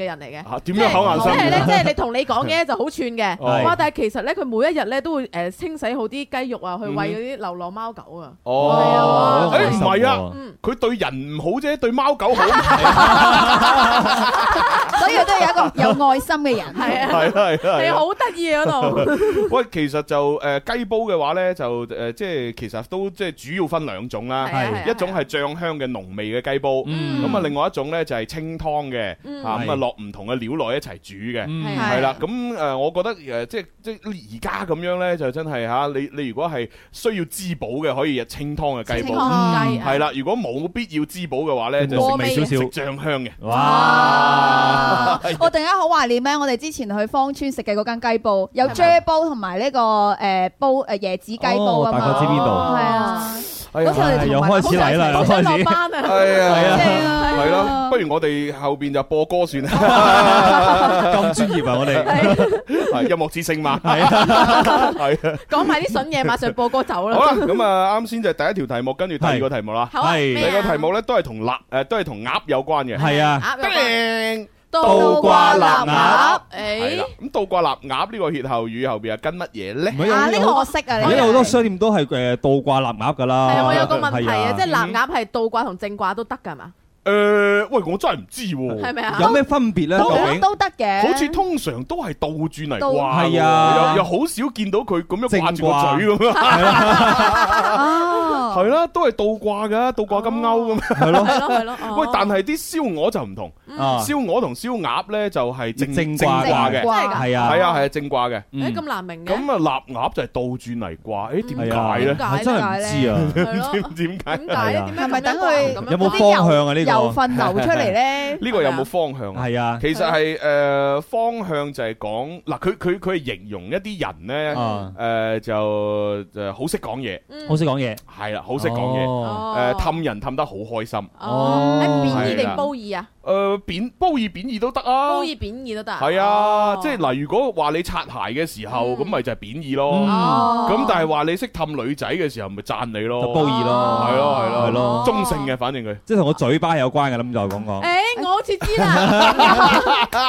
人嚟嘅。嚇啊點樣口硬即係心？咧，即係你同你講嘢就好串嘅， [LAUGHS] 哦哇！但係其實咧，佢每一日咧都會誒清洗好啲雞肉啊，去餵嗰啲流浪貓狗啊。哦，係啊誒唔係啊，嗯，佢對人唔好啫，對貓狗好。係啊 [LAUGHS] 所以都有一個有愛心嘅人，係啊，係啊係係啊。好得意啊嗰度。 [LAUGHS] 喂，其實就誒雞煲嘅話咧，就誒即係其實都即係主要分兩種啦係啊。係啊一種係醬香嘅濃味嘅雞煲，嗯咁啊另外一種咧就係清湯嘅，嗯啊咁啊係落唔同嘅料落一齊煮嘅。嗯係啊係啦，咁誒、我覺得誒、即係即係而家咁樣咧，就真係嚇、你你如果係需要滋補嘅，可以日清湯嘅雞清煲，嗯湯雞係，啦。如果冇必要滋補嘅話咧，就過食味味少食少，醬香嘅。 [LAUGHS] 哇！我突然間好懷念咧，我哋之前去芳村食嘅嗰間雞煲，有啫煲同埋呢個誒煲誒椰子雞煲哦啊大概知嘛，邊度？係啊，哎好似我哋係同又埋開始嚟啦，好又想開落始班啊！哎呀，正啊，係咯，不如我哋後邊就播歌算啦， [LAUGHS] 咁專業啊！我哋係音樂之聲嘛， [LAUGHS] 係啊，係啊。講埋啲筍嘢，馬上播歌走好啦，啦。咁啊，啱先就係第一條題目，跟住第二個題目啦。好啊，係第咩啊二個題目咧都係同臘誒，都係同鴨有關嘅。係啊，鴨有關叮倒鴨係掛臘鴨，啦誒，，咁倒掛臘鴨呢個歇後語後邊係跟乜嘢咧唔？係啊有呢有個我識啊，而你家有好多商店都係誒倒掛臘鴨㗎啦。係啊，我有個問題係嗯啊，即係臘鴨係倒掛同正掛都得㗎嘛？诶，喂，我真系唔知喎。係咪啊？有咩分別咧？都究都竟都得嘅，好似通常都係倒轉嚟倒掛喎，係啊又又好少見到佢咁樣掛住 [LAUGHS] 正個嘴咁啊，啊，係啦，都係倒掛噶，倒掛金鈎咁。係咯，係咯係咯。喂，但係係啲燒鵝就唔同，嗯啊，燒鵝同燒鴨咧就係正正掛掛嘅，正掛係啊，係啊係啊正掛嘅。嗯，咁難明嘅，咁啊，臘鴨就係倒轉嚟掛，誒點係啊解咧？解我真係唔知啊，係咯唔 [LAUGHS] 知點解？？點解咧？係啊點解係咪等佢咁樣有冇講方向啊呢個油分流出 [LAUGHS] 嚟咧 [LAUGHS] 呢個有冇方向啊？係啊，其實係誒方向就係講嗱，佢佢佢係形容一啲人咧啊，誒就就好識講嘢，嗯好識講嘢，係啦，好識講嘢。嘢，誒氹人氹得好開心，誒、哦，哦係貶義係啦定褒義啊？貶褒義貶義都得哦啊，褒義貶義都得。係啊，哦即係嗱，如果話你擦鞋嘅時候，嗯咁咪就係貶義咯。嗯哦咁但係話你識氹女仔嘅時候，咪讚你就咯褒，義咯，係咯係咯係咯中性嘅，反正佢。即係同個嘴巴有關嘅啦，咁就講講。诶，我好似知 [LAUGHS] 啦，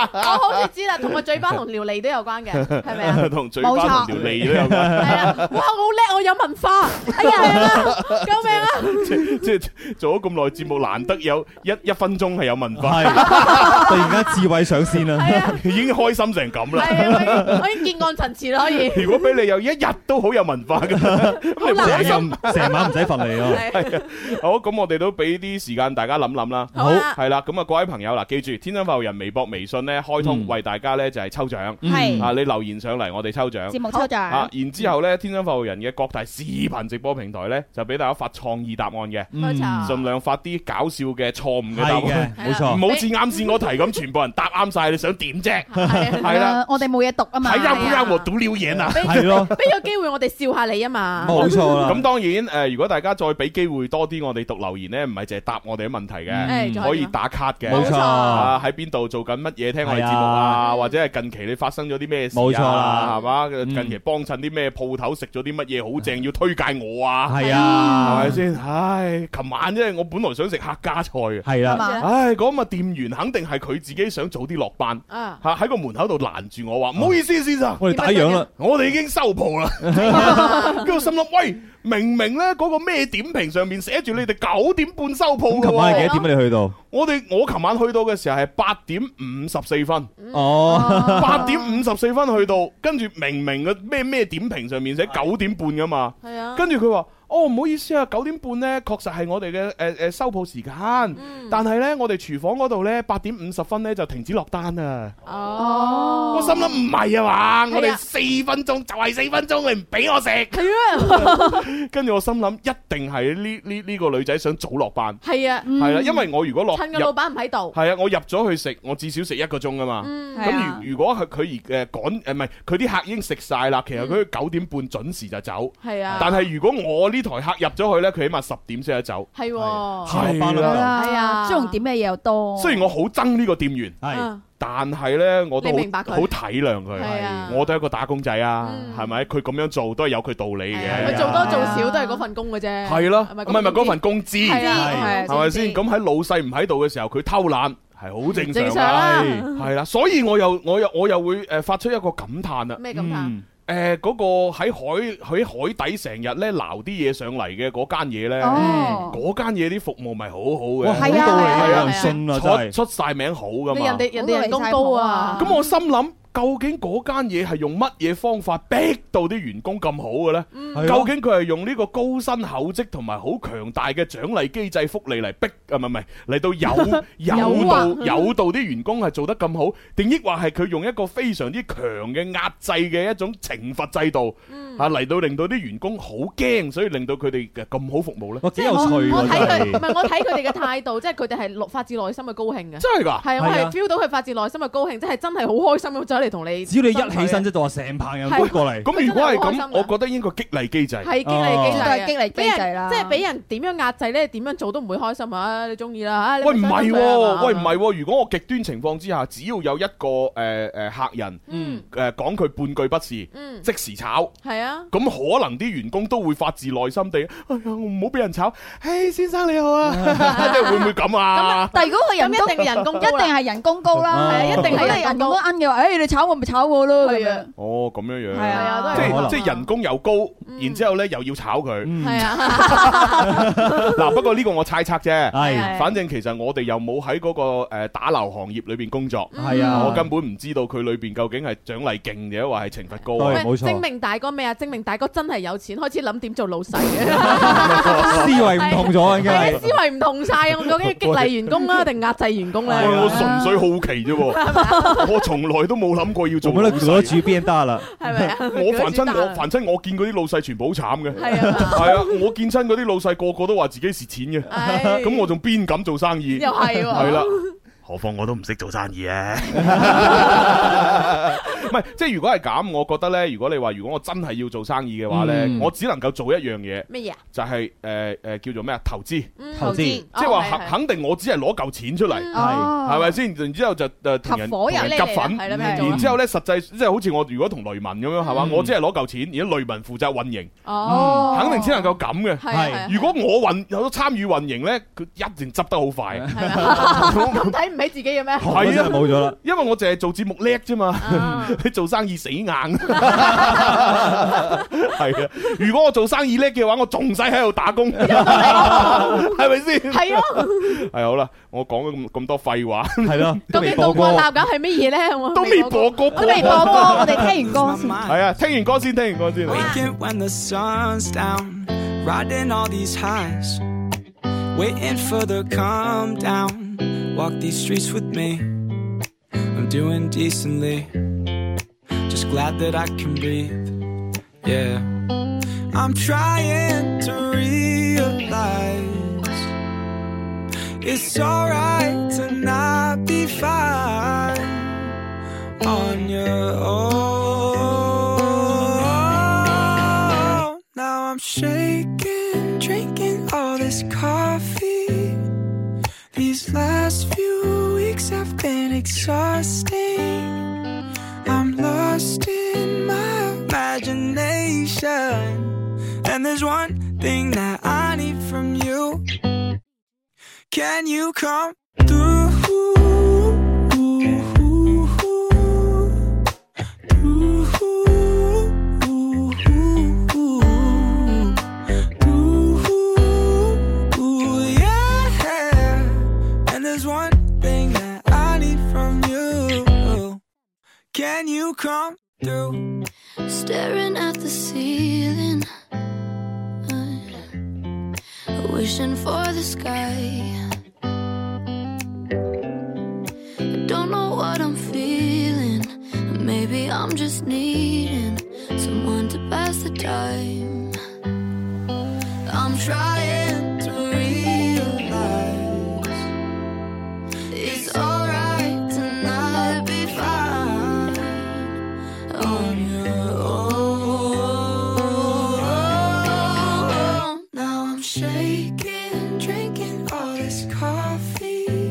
[LAUGHS] 我好似知啦，同個嘴巴同撩脷都有關嘅，係咪啊？ [LAUGHS] 同嘴巴同條脷都有關，係啊！哇，我好叻，我有文化，哎呀，救命啊！ [LAUGHS] 即即係做咗咁耐節目，難得有一一分鐘係有文化，係，突然間智慧上線啦，係啊， [LAUGHS] 已經開心成咁啦。係啊，我已經見案陳詞啦，可以。如果俾你有一日都好有文化嘅，咁你好啊冇成理日由成晚唔使瞓啊你 [LAUGHS] 咯。係啊好，咁我哋都俾啲時間大家諗諗啦。好啊係啦，咁啊各位朋友嗱，記住天生發育人微博、微信咧開通，嗯為大家咧就係抽獎啊！係你留言上嚟，我哋抽獎節目抽啊獎，！然之後咧，天生發育人嘅各大視頻直播平台咧，就俾大家發創意答案嘅，冇錯盡量發啲搞笑嘅錯誤嘅答係案，嘅，冇錯唔。好似啱先嗰題咁，全部人答啱晒，你想點啫？係啊係啦，啊我哋冇嘢讀啊嘛睇，啱呀不啱我賭了嘢 [LAUGHS] 啊！係咯，俾個機會我哋笑下你啊嘛。冇錯啦。咁當然誒，如果大家再俾機會多啲，我哋讀留言咧，唔係淨係答我哋嘅問題嘅，嗯誒可以。打卡嘅。冇錯啊喺邊度做緊乜嘢聽我哋節目係啊，啊或者係近期你發生咗啲咩事啊冇錯啦嗯係嘛？近期幫襯啲咩鋪頭食咗啲乜嘢好正，要推介我啊，係係啊咪，先？唉，琴晚啫，我本來想食客家菜嘅，係係啦，嘛？唉，嗰個店員肯定係佢自己想早啲落班，啊，嚇喺個門口度攔住我啊話：唔好意思，先生。我哋打烊啦。我哋已經收 [LAUGHS] 鋪啦， [LAUGHS] 跟住我心諗，喂，明明咧嗰個咩點評上面寫住你哋九點半收鋪咁嘅琴晚係幾喎，多點啊？你去到？我哋我琴晚去到嘅時候係八點五十四分，嗯哦，八點五十四分去到，跟住明明嘅咩咩點評上面寫九點半噶嘛，係啊。跟住佢話。哦，唔好意思啊，九點半呢確實係我哋嘅誒嗯誒收鋪時間，但係呢，我哋廚房嗰度呢，八點五十分呢就停止落單啊啦。哦，我心諗唔係啊嘛，我係哋啊四分鐘就係四分鐘，你唔俾我食。係啊， [LAUGHS] 跟住我心諗，一定係呢呢呢個女仔想早落班，係啊，嗯係啦，因為我如果落趁入個老闆唔喺度。係啊，我入咗去食，我至少食一個鐘噶嘛。嗯，係啊咁如如果係佢而誒趕誒唔係佢啲客已經食晒啦，其實佢九點半準時就走。嗯係啊，但係如果我呢台客入咗去呢，佢起碼十點先得走。係係喎，啊落班係啦，啦係啊朱紅點嘅嘢又哦多，雖然我好憎呢個店員，係啊但係呢，我都好你明白佢好體諒佢。係啊，我都係一個打工仔啊，嗯係咪？佢咁樣做都係有佢道理係嘅。啊佢做多做少都係嗰份工嘅啫。係咯，唔咪係唔係嗰份工資。係啊，係係係咪先？咁喺老細唔喺度嘅時候，佢偷懶係好正常正常啊㗎。啦。係啦，所以我又我又我又會誒發出一個感嘆啦。咩咁啊？嗯誒嗰個喺海喺海底成日咧撈啲嘢上嚟嘅嗰間嘢咧，哦，嗰間嘢啲服務咪好哇，好好係啊道理係啊，啊有人信啊，真嘅，係。出出晒名好噶你嘛人。哋人哋人工高啊，好咁我心諗，究竟嗰間嘢係用乜嘢方法逼到啲員工咁好嘅咧？係咯究竟佢係用呢個高薪厚職同埋好強大嘅獎勵機制福利嚟逼啊？唔係唔係嚟到 [LAUGHS] 有有到有到啲員工係做得咁好，定抑或係佢用一個非常之強嘅壓制嘅一種懲罰制度啊嚟到令到啲員工好驚，所以令到佢哋嘅咁好服務呢？哇，幾係有我趣我睇佢喎！真唔係係我睇佢哋嘅態度，即 [LAUGHS] 係佢哋係發自內心嘅高興嘅。真係㗎？係我係係啊 feel 到佢發自內心嘅高興，即係真係好開心啊咁走嚟同你。只要你一起身，即係就話成棚人係搬過嚟，啊咁如果係真係好開咁，心㗎啊我覺得應該激勵機制。係激勵都機制係嘅激勵俾機人制啦，即係俾人點樣壓制咧，點樣做都唔會開心啊！你中意啦啊你喂唔係想咁樣啊喎，喂唔係喎，如果我極端情況之下，只要有一個誒誒客人嗯誒講佢半句不是，嗯，即時炒。係啊，咁可能啲員工都會發自內心地，哎呀，我唔好俾人炒。嘿，先生你好 [LAUGHS] 啊，即係會唔會咁啊？但係如果個人咁工一定人工一定係人工高啦，啊係啊，一定係人工人工高奀嘅話，誒你炒我咪炒我咯咁係樣啊。哦，咁樣係樣，啊啊，都即係可能係即係人工又高，然之後咧又要炒佢。嗯，係啊， [LAUGHS] 嗱，不過呢個我猜測啫，係係反正其實我哋又冇喺嗰個誒打流行業裏邊工作。係啊，我根本唔知道佢裏邊究竟係獎勵勁定話係懲罰高對啊！喂冇錯證明大哥咩啊？證明大哥真係有錢，開始諗點做老 [LAUGHS] 細嘅。哦思維唔同咗啊，應該係啊，係思。維唔同晒啊！我究竟要激勵員工啊，定壓制員工咧？係啊我 [LAUGHS] 純粹好奇啫 [LAUGHS] 喎，我從來都冇諗過要做我老们的格細。局變大了，係咪啊？ [LAUGHS] 我凡親我反凡親我見嗰啲老細全部好慘嘅，係啊嘛係啊，我見親嗰啲老細個個都話自己蝕錢嘅， [LAUGHS] 唉咁我仲邊敢做生意？又係喎，係啦。 [LAUGHS] 何況我都唔識做生意啊！ [LAUGHS] 唔係，即係如果係咁，我覺得呢，如果你話如果我真係要做生意嘅話呢，嗯我只能夠做一樣嘢，咩嘢啊？就係誒誒叫做咩啊投資，即嗯投資即係話肯肯定我只係攞嚿錢出嗯嚟。哦係咪先？然之後就呃誒同人合夥人同嚟人夾份，係啦咩嚟㗎然之後咧實際即係好似我如果同雷文咁樣係嘛，嗯我只係攞嚿錢，而家雷文負責運營，嗯哦，肯定只能夠咁嘅。係啊係啊如果我運有參與運營咧，佢一定執得好快，係咪啊咁睇唔起自己嘅咩？我真係冇咗啦。因為我淨係做節目叻啫嘛。啊你 [LAUGHS] 做生意死硬，係啊！如果我做生意叻嘅話，我仲使喺度打 [LAUGHS] 工，係咪先？係咯，係好啦，我講咗咁咁多廢話，係咯，都究未竟播到過過。立緊係乜嘢咧？我都未播歌，我哋未播歌，我哋聽完歌先。係啊，聽完歌先，聽完歌先。 Waking when the sun's down, riding all these highs, waiting for the calm down. Walk these streets with me, I'm doing decently. Just glad that I can breathe, yeah. I'm trying to realize it's alright to not be fine on your own. Now I'm shaking, drinking all this coffee. These last few weeks have been exhausting. I'm lost in my imagination. And there's one thing that I need from you. Can you come through? yeah. And there's one thing that I need from you. Can you come through? staring at the ceiling, uh, wishing for the sky. I don't know what I'm feeling. Maybe I'm just needing someone to pass the time. I'm trying to realize it's alright to not be fine on your own. Now I'm shaking, drinking all this coffee.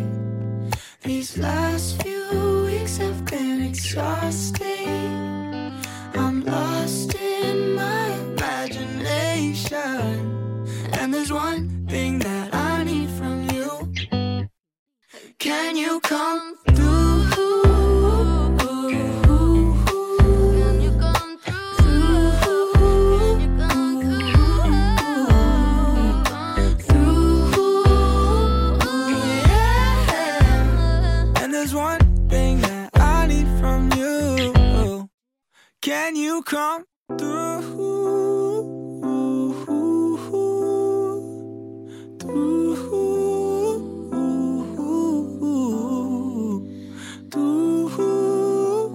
These last few weeks have been exhausting. I'm lost in my imagination. And there's one thing that I need from you. Can you come through? Can you come through? Through, yeah. And there's one thing that I need from you. Can you come through? Through. Through.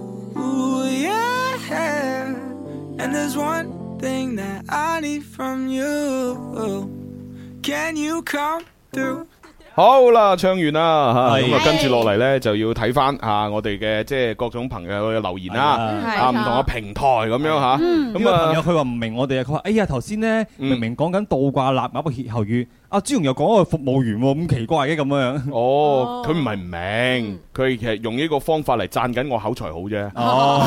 Yeah. And there's one thing that I need from you. Can you come through? 好啦，唱完啦吓，係咁啊跟住落嚟呢，就要睇翻啊我哋嘅即係各種朋友嘅留言啦，啊啊唔同嘅平台咁樣吓，呢咁個朋友啊佢話唔明我哋啊，佢話：哎呀，頭先咧嗯明明講緊倒掛臘鴨嘅歇後語，阿朱紅又講個服務員喎，咁奇怪嘅咁樣。哦哦，嗯佢唔係唔明，佢其實用呢個方法嚟讚緊我口才好啫。 [LAUGHS] 哦，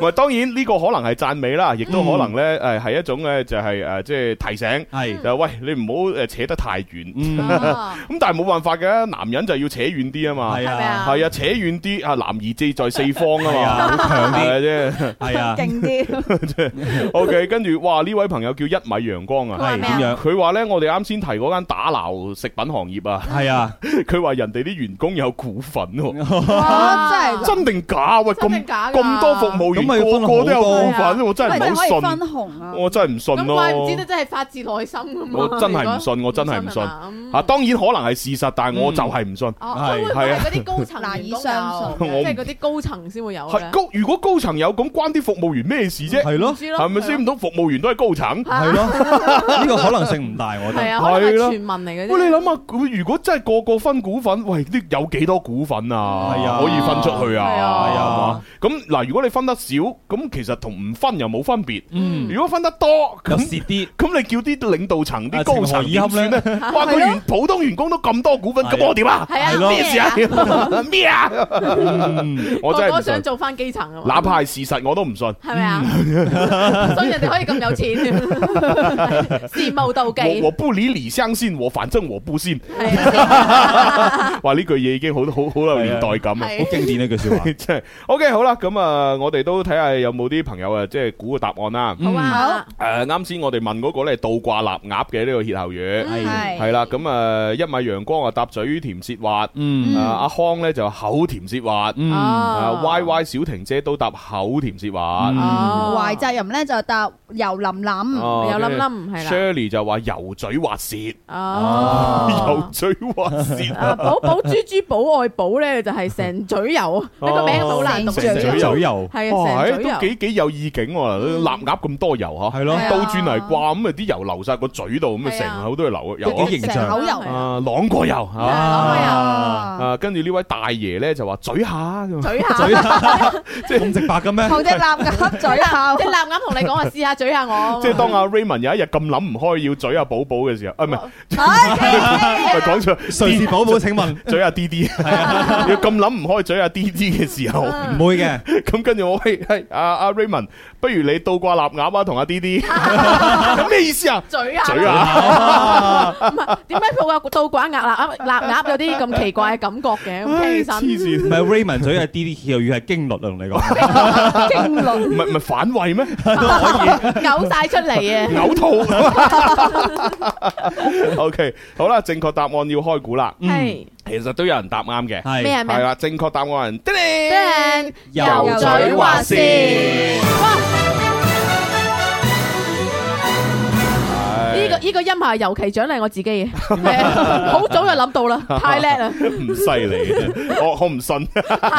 喂，當然呢個可能係嗯讚美啦，亦都可能呢誒係一種呢，就係誒即係提醒，係就係喂你唔好誒係扯得太遠。嗯，啊 [LAUGHS] 咁但係冇辦法嘅，男人就要扯遠啲啊嘛。係係咪啊啊，係啊，扯遠啲啊，男兒志在四方啊係啊，嘛。好強啲，係啊，係啊，勁啲， [LAUGHS] 啫。OK，跟住哇，呢位朋友叫一米陽光啊。係點樣？佢話呢，我哋啱先提嗰間打撈食品行業啊，係啊， [LAUGHS] 佢話人哋啲員工有股份喎， [LAUGHS] 哇真係㗎真定假？喂，真定咁假㗎咁多服務員咁咪分個個都有股好份，多我真喂係真唔係可以好分信，紅啊！我真係唔信咁怪唔之咯得。真係發自內心噶嘛！我真係唔如信，果我真係唔信。係嘛嚇，當然可能係事實，但係嗯我就係唔信。啊啊哦，係會唔會係嗰啲高層難以員工相信有即係嗰啲高層先會有係咧？高，如果高層有咁，關啲服務員咩事啫？係唔咯，知咯，啊係咪先？唔通服務員都係高層？係咯， [LAUGHS] 呢個可能性唔大，我係覺得。啊，可能係係咯傳聞嚟嘅啫。喂，你諗下，佢如果真係個個分股份，喂，呢有幾多股份啊？係啊可以分出去啊？係啊係嘛？咁嗱，如果你分得少，咁其實同唔分又冇分別。嗯，如果分得多，有咁蝕啲， [LAUGHS] 咁你叫啲領導層、啲啊高層情點何以算咧堪咧？哇，個員普通員工都咁多股份，係咁啊我點啊？係啊係咯咩事啊？ [LAUGHS] 咩啊？嗯 [LAUGHS] 我真個個係唔信想，做翻基層啊嘛！哪怕係事實我都唔 [LAUGHS] 信。係咪啊？所以人哋可以咁有錢，羨慕妒我忌我。不理你相信我，反正我不信。係啊 [LAUGHS] 哇！呢句嘢已經好好好有年代感啊！係好經典呢句説話。 [LAUGHS] 真係 OK 好啦，咁啊，我哋都睇下有冇啲朋友啊，即係估個答案啦。好嗯啊，誒，啱先我哋問嗰個咧係倒掛立鴨嘅呢個歇後嗯語，係係啦，咁啊，一米陽光啊答嘴甜舌滑，嗯啊阿康咧就口甜舌滑，嗯，啊哦 Y Y 小婷姐都答口甜舌滑嗯。哦懷責任咧就答油淋淋。嗯哦有冧冧係啦， Shirley 就話油嘴滑舌，油 [LAUGHS] 哦。嘴滑舌啊！啊，寶寶豬豬寶愛寶咧，就係成嘴油，呢哦個名好難讀，成嘴油嘴油係哇，啊，唉成嘴都油。嗯幾幾有意境喎，臘鴨咁多油嚇。係咯，係啊倒轉嚟掛，咁啊啲油流晒個嘴度，咁係啊啊成口都係流油都啊幾形成象口油係啊，朗過油啊！啊！啊，跟住呢位大爺咧就話嘴下咁啊，嘴下，嘴 [LAUGHS] 即係咁直白嘅咩？同 [LAUGHS] 只臘鴨嘴 [LAUGHS] 下即，係立眼同你講話試下嘴下我。即係當阿 Raymond 有一日咁諗唔開要嘴阿寶寶嘅時候，啊唔係， [LAUGHS] 咪講錯，瑞士寶寶請問嘴阿 D D，要咁諗唔開嘴阿 D D 嘅時候，唔會嘅，咁跟住我喂， [LAUGHS] 係阿 [LAUGHS] 阿 Raymond，不如你倒掛立鴨啊，同阿 D [LAUGHS] D，咁咩意思啊？嘴下， [LAUGHS] 嘴啊！唔係點解佢話倒掛鴨啦？臘鴨有啲咁奇怪嘅感覺嘅，咁聽起唉身 [LAUGHS] 黐線唔係 Raymond 嘴係 D D 歇後語係經律啊， [LAUGHS] 同你講。[LAUGHS] 經論唔係唔係反胃 [LAUGHS] 咩？嘔晒出嚟嘅。呕吐。O K，好啦，正確答案要開估啦。係其實都有人答啱嘅，係咩啊？係咩啊？啦，正確答案人叮即鈴係油嘴滑舌哇！呢個係呢個音效係尤其獎勵我 [LAUGHS] 自己嘅，係啊好早就諗到啦，太叻啦，唔犀利，我我 [LAUGHS] 唔信，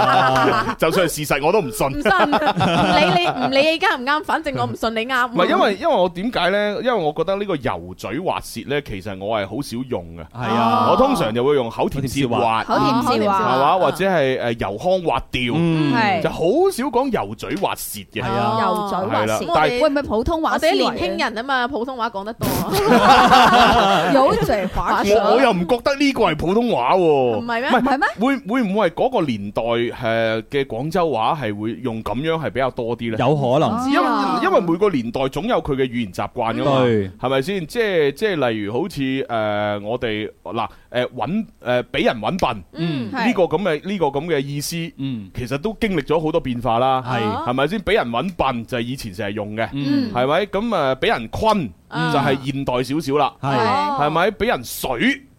[LAUGHS] 就算係事實我都唔信唔。信唔理你唔理你啱唔啱，反正我唔信你啱。唔係 [LAUGHS] 因為因為我點解呢？因為我覺得呢個油嘴滑舌呢，其實我係好少用嘅。係啊，我通常就會用口甜舌滑，嗯口甜舌係滑嘛，或者係誒油腔滑調，嗯係就好少講油嘴滑舌嘅。係啊油嘴滑舌係啦，但係會唔會普通話我思維哋咧？啲年輕人啊嘛，普通話講得多， [LAUGHS] 有嘴滑舌，我我又唔覺得呢個係普通話喎。唔係咩唔係唔係咩？會會唔會係嗰個年代誒嘅廣州話係會用咁樣係比較多啲呢？有可能因啊因為每個年代總有佢嘅語言習慣噶嘛，對係咪先？即係即係例如好似誒、呃我哋嗱誒揾誒俾人揾笨嗯係呢個咁嘅呢個咁嘅意思，嗯其實都經歷咗好多變化啦，係係咪先？俾人揾笨就係以前成日用嘅，嗯係咪？咁誒俾人坤啊就係現代少少啦，係係咪？俾人水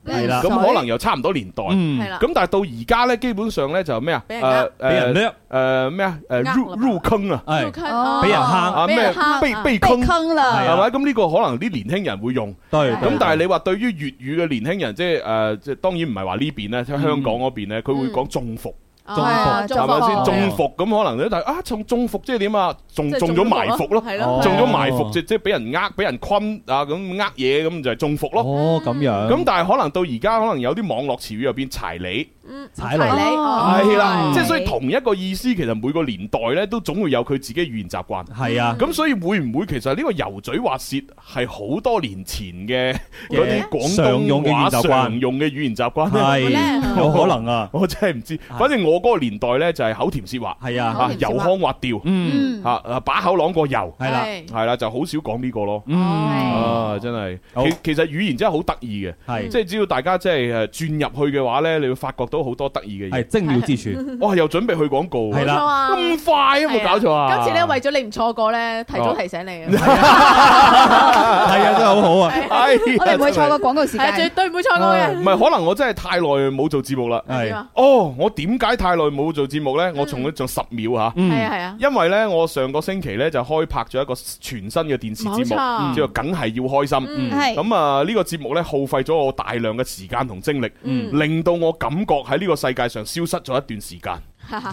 係啦咁可能又差唔多年代。嗯係啦。咁但係到而家咧，基本上咧就咩啊？俾人呃俾人誒叻誒咩啊？誒入呃啦吧入坑啊！入係坑哦哦俾人坑啊俾咩人坑被啊被被坑坑啦，係咪？咁呢個可能啲年輕人會用，啊對咁咁但係你話對於粵語嘅年輕人，即係誒，即係當然唔係話呢邊咧，即係香港嗰邊咧，佢會講中伏，哦中伏中係伏咪先？哦中伏咁可能咧，但係啊，中中伏即係點啊？中中咗埋伏咯，係哦咯，中咗埋伏哦即即係俾人呃，俾人坤啊，咁呃嘢咁就係中伏咯。哦咁樣咁但係可能到而家可能有啲網絡詞語入邊柴你，嗯，踩唔雷齊你，哦係啦，係即係所以同一個意思，其實每個年代咧都總會有佢自己嘅語言習慣。係啊，咁所以會唔會其實呢個油嘴滑舌係好多年前 [LAUGHS] 嘅嘅嗰啲廣常用東嘅語話言習慣常用嘅語言習慣咧？會咧係有可能啊， [LAUGHS] 我真係唔知，反正我嗰個年代咧就係口甜舌滑，係啊，口嚇甜舌滑油腔滑調，嗯，嚇啊把口啷過油，係啦，係係啦，就好少講呢個咯。嗯，啊，真係，好其其實語言真係好得意嘅，係即係只要大家即係誒轉入去嘅話咧，你會發覺到好多得意嘅嘢係。精妙之處， [LAUGHS] 哇！又準備去廣告喎，係啦冇錯啊咁快有冇搞錯啊！今次咧為咗你唔錯過咧，提早提醒你嘅，係啊，真係好 [LAUGHS] 好啊，哎呀，我哋唔會錯過廣告時係啊絕間。對唔會錯過唔嘅。係可能我真係太耐冇做節目啦。係係，啊，嗯哦，我點解太耐冇做節目呢？我從咗仲十秒吓，係嗯，啊，係啊，因為呢，我上個星期呢就開拍咗一個全新嘅電視節冇目，錯，叫做梗係要開心。嗯係咁啊，呢個節目呢，耗費咗我大量嘅時間同精力，嗯令到我感覺喺呢個世界上消失咗一段時間。 [LAUGHS]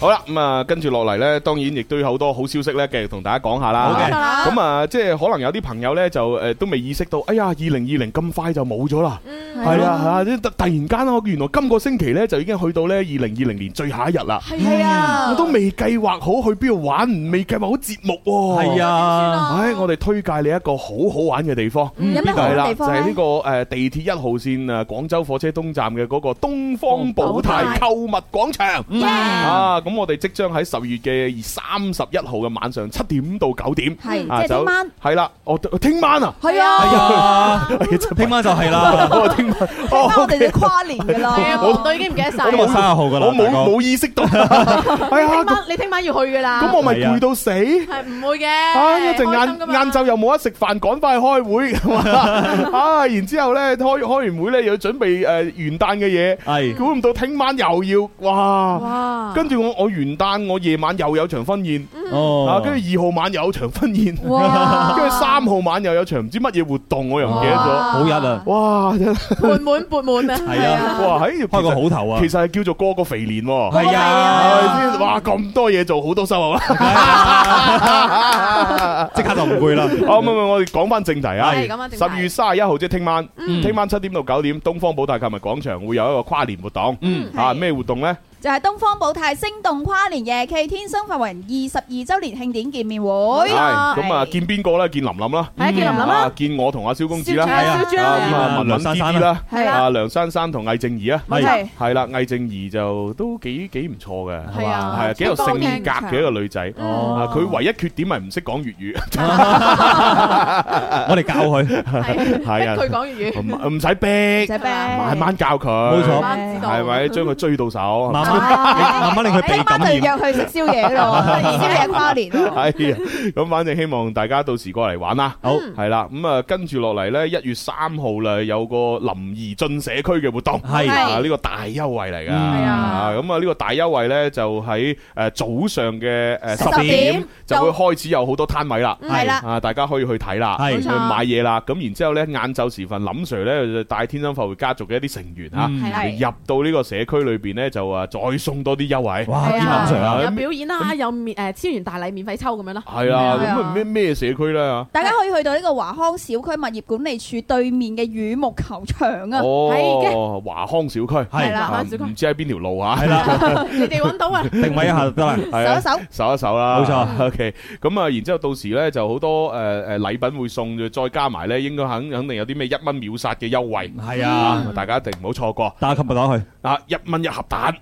好啦，咁啊，跟住落嚟呢，當然亦都有好多好消息呢，繼續同大家講下啦。好嘅咁啊，即係可能有啲朋友呢，就誒都未意識到，哎呀，二零二零咁快就冇咗啦。嗯係啊，嚇！突突然間我原來今個星期呢，就已經去到呢二零二零年最後一日啦。係啊，我都未計劃好去邊度玩，未計劃好節目喎。係啊，唉，我哋推介你一個好好玩嘅地方，有咩係好玩嘅啦，地就方係呢咧？個誒地鐵一號線啊，廣州火車東站嘅嗰個東方寶泰購物廣場。啊，咁我哋即將喺十月嘅三十一號嘅晚上七點到九點，係即啊係聽晚，係啦，我聽晚啊，係啊，係啊， [LAUGHS] 哎呀真係聽晚就係啦，我聽晚，聽晚哦我哋要跨年㗎啦。係啊，我都已經唔記得晒今日啦。三十號噶 [LAUGHS] 啦，我冇大哥冇意識到，係啊聽，晚你聽晚要去㗎啦，咁我咪係啊攰到死。係唔會嘅。啊！一陣開晏心㗎嘛晏晝又冇得食飯，趕翻去開會咁 [LAUGHS] 啊！啊，然之後咧開開完會咧又要準備誒元旦嘅嘢，係估唔到聽晚又要哇！哇，嗯跟住我我元旦我夜晚又有場婚宴，啊哦，跟住二號晚又有場婚宴，哇跟住三號晚又有場唔知乜嘢活動，我又唔記得咗。好日啊，哇！真係盆滿缽滿啊！係啊，哇！喺開個好頭啊其，實係叫做過個肥年喎。係啊，係哇！咁多嘢做，好多收入啦。即刻就唔攰啦， [LAUGHS] 哦，唔係唔係，我哋講翻正題啊！係講返正題十月三十一號即係聽晚，嗯聽晚七點到九點，東方寶大購物廣場會有一個跨年活動。嗯，啊，咩活動呢？就係東方寶泰星動跨年夜暨天生發雲二十二周年慶典見面會，係咁哦啊，係見邊個啦？見林林啦，係啊，見林林啊啦，見我同阿蕭公子燒豬啦，係啊啊，燒豬啊啊咁啦，啊文文梁珊啲珊啲啦，係啦，啊梁珊珊同魏正怡啊，係冇錯係啦，魏正怡就都幾幾唔錯嘅，係係啊啊，幾有性格嘅一個女仔。啊，哦，佢唯一缺點係唔識講粵語。 [LAUGHS] 我哋教佢，係係啊逼佢講粵語，唔唔使逼，謝謝慢慢教佢，冇錯媽知道係咪將佢追到手？慢慢慢慢慢令佢被感晚染，就約佢食宵夜 [LAUGHS] 咯，宵夜跨年咯。係啊，咁反正希望大家到時過嚟玩啦。好係啦，咁啊跟住落嚟呢，一月三號啦，有個林怡進社區嘅活動，係啊呢個大優惠嚟㗎。嗯係啊啊咁啊呢個大優惠呢，就喺誒早上嘅誒10十點點嗯就會開始有好多攤位啦。係啦，啊！大家可以去睇啦，係去買嘢啦。咁然之後呢，晏晝時分，林 Sir 呢就帶天生發會家族嘅一啲成員嚇，嗯係啦入到呢個社區裏邊呢，就啊再送多啲優惠。哇，係啲啊林 Sir 啊，有表演啦，有免誒千元大禮免費抽咁樣啦，係啦，係啊咁啊咩咩社區咧嚇？大家可以去到呢個華康小區物業管理處對面嘅羽毛球場啊，哦，華康小區係啦啊華康小區唔知喺邊條路啊？係啦，你哋揾到啊？ [LAUGHS] 定位一下就得啦，係啊搜一搜。搜一搜啦，冇錯 OK，咁啊，然之後到時咧就好多誒誒禮品會送，再加埋咧應該肯肯定有啲咩一蚊秒殺嘅優惠係啊，啊，大家一定唔好錯過打個購物袋去，啊！一蚊一盒蛋，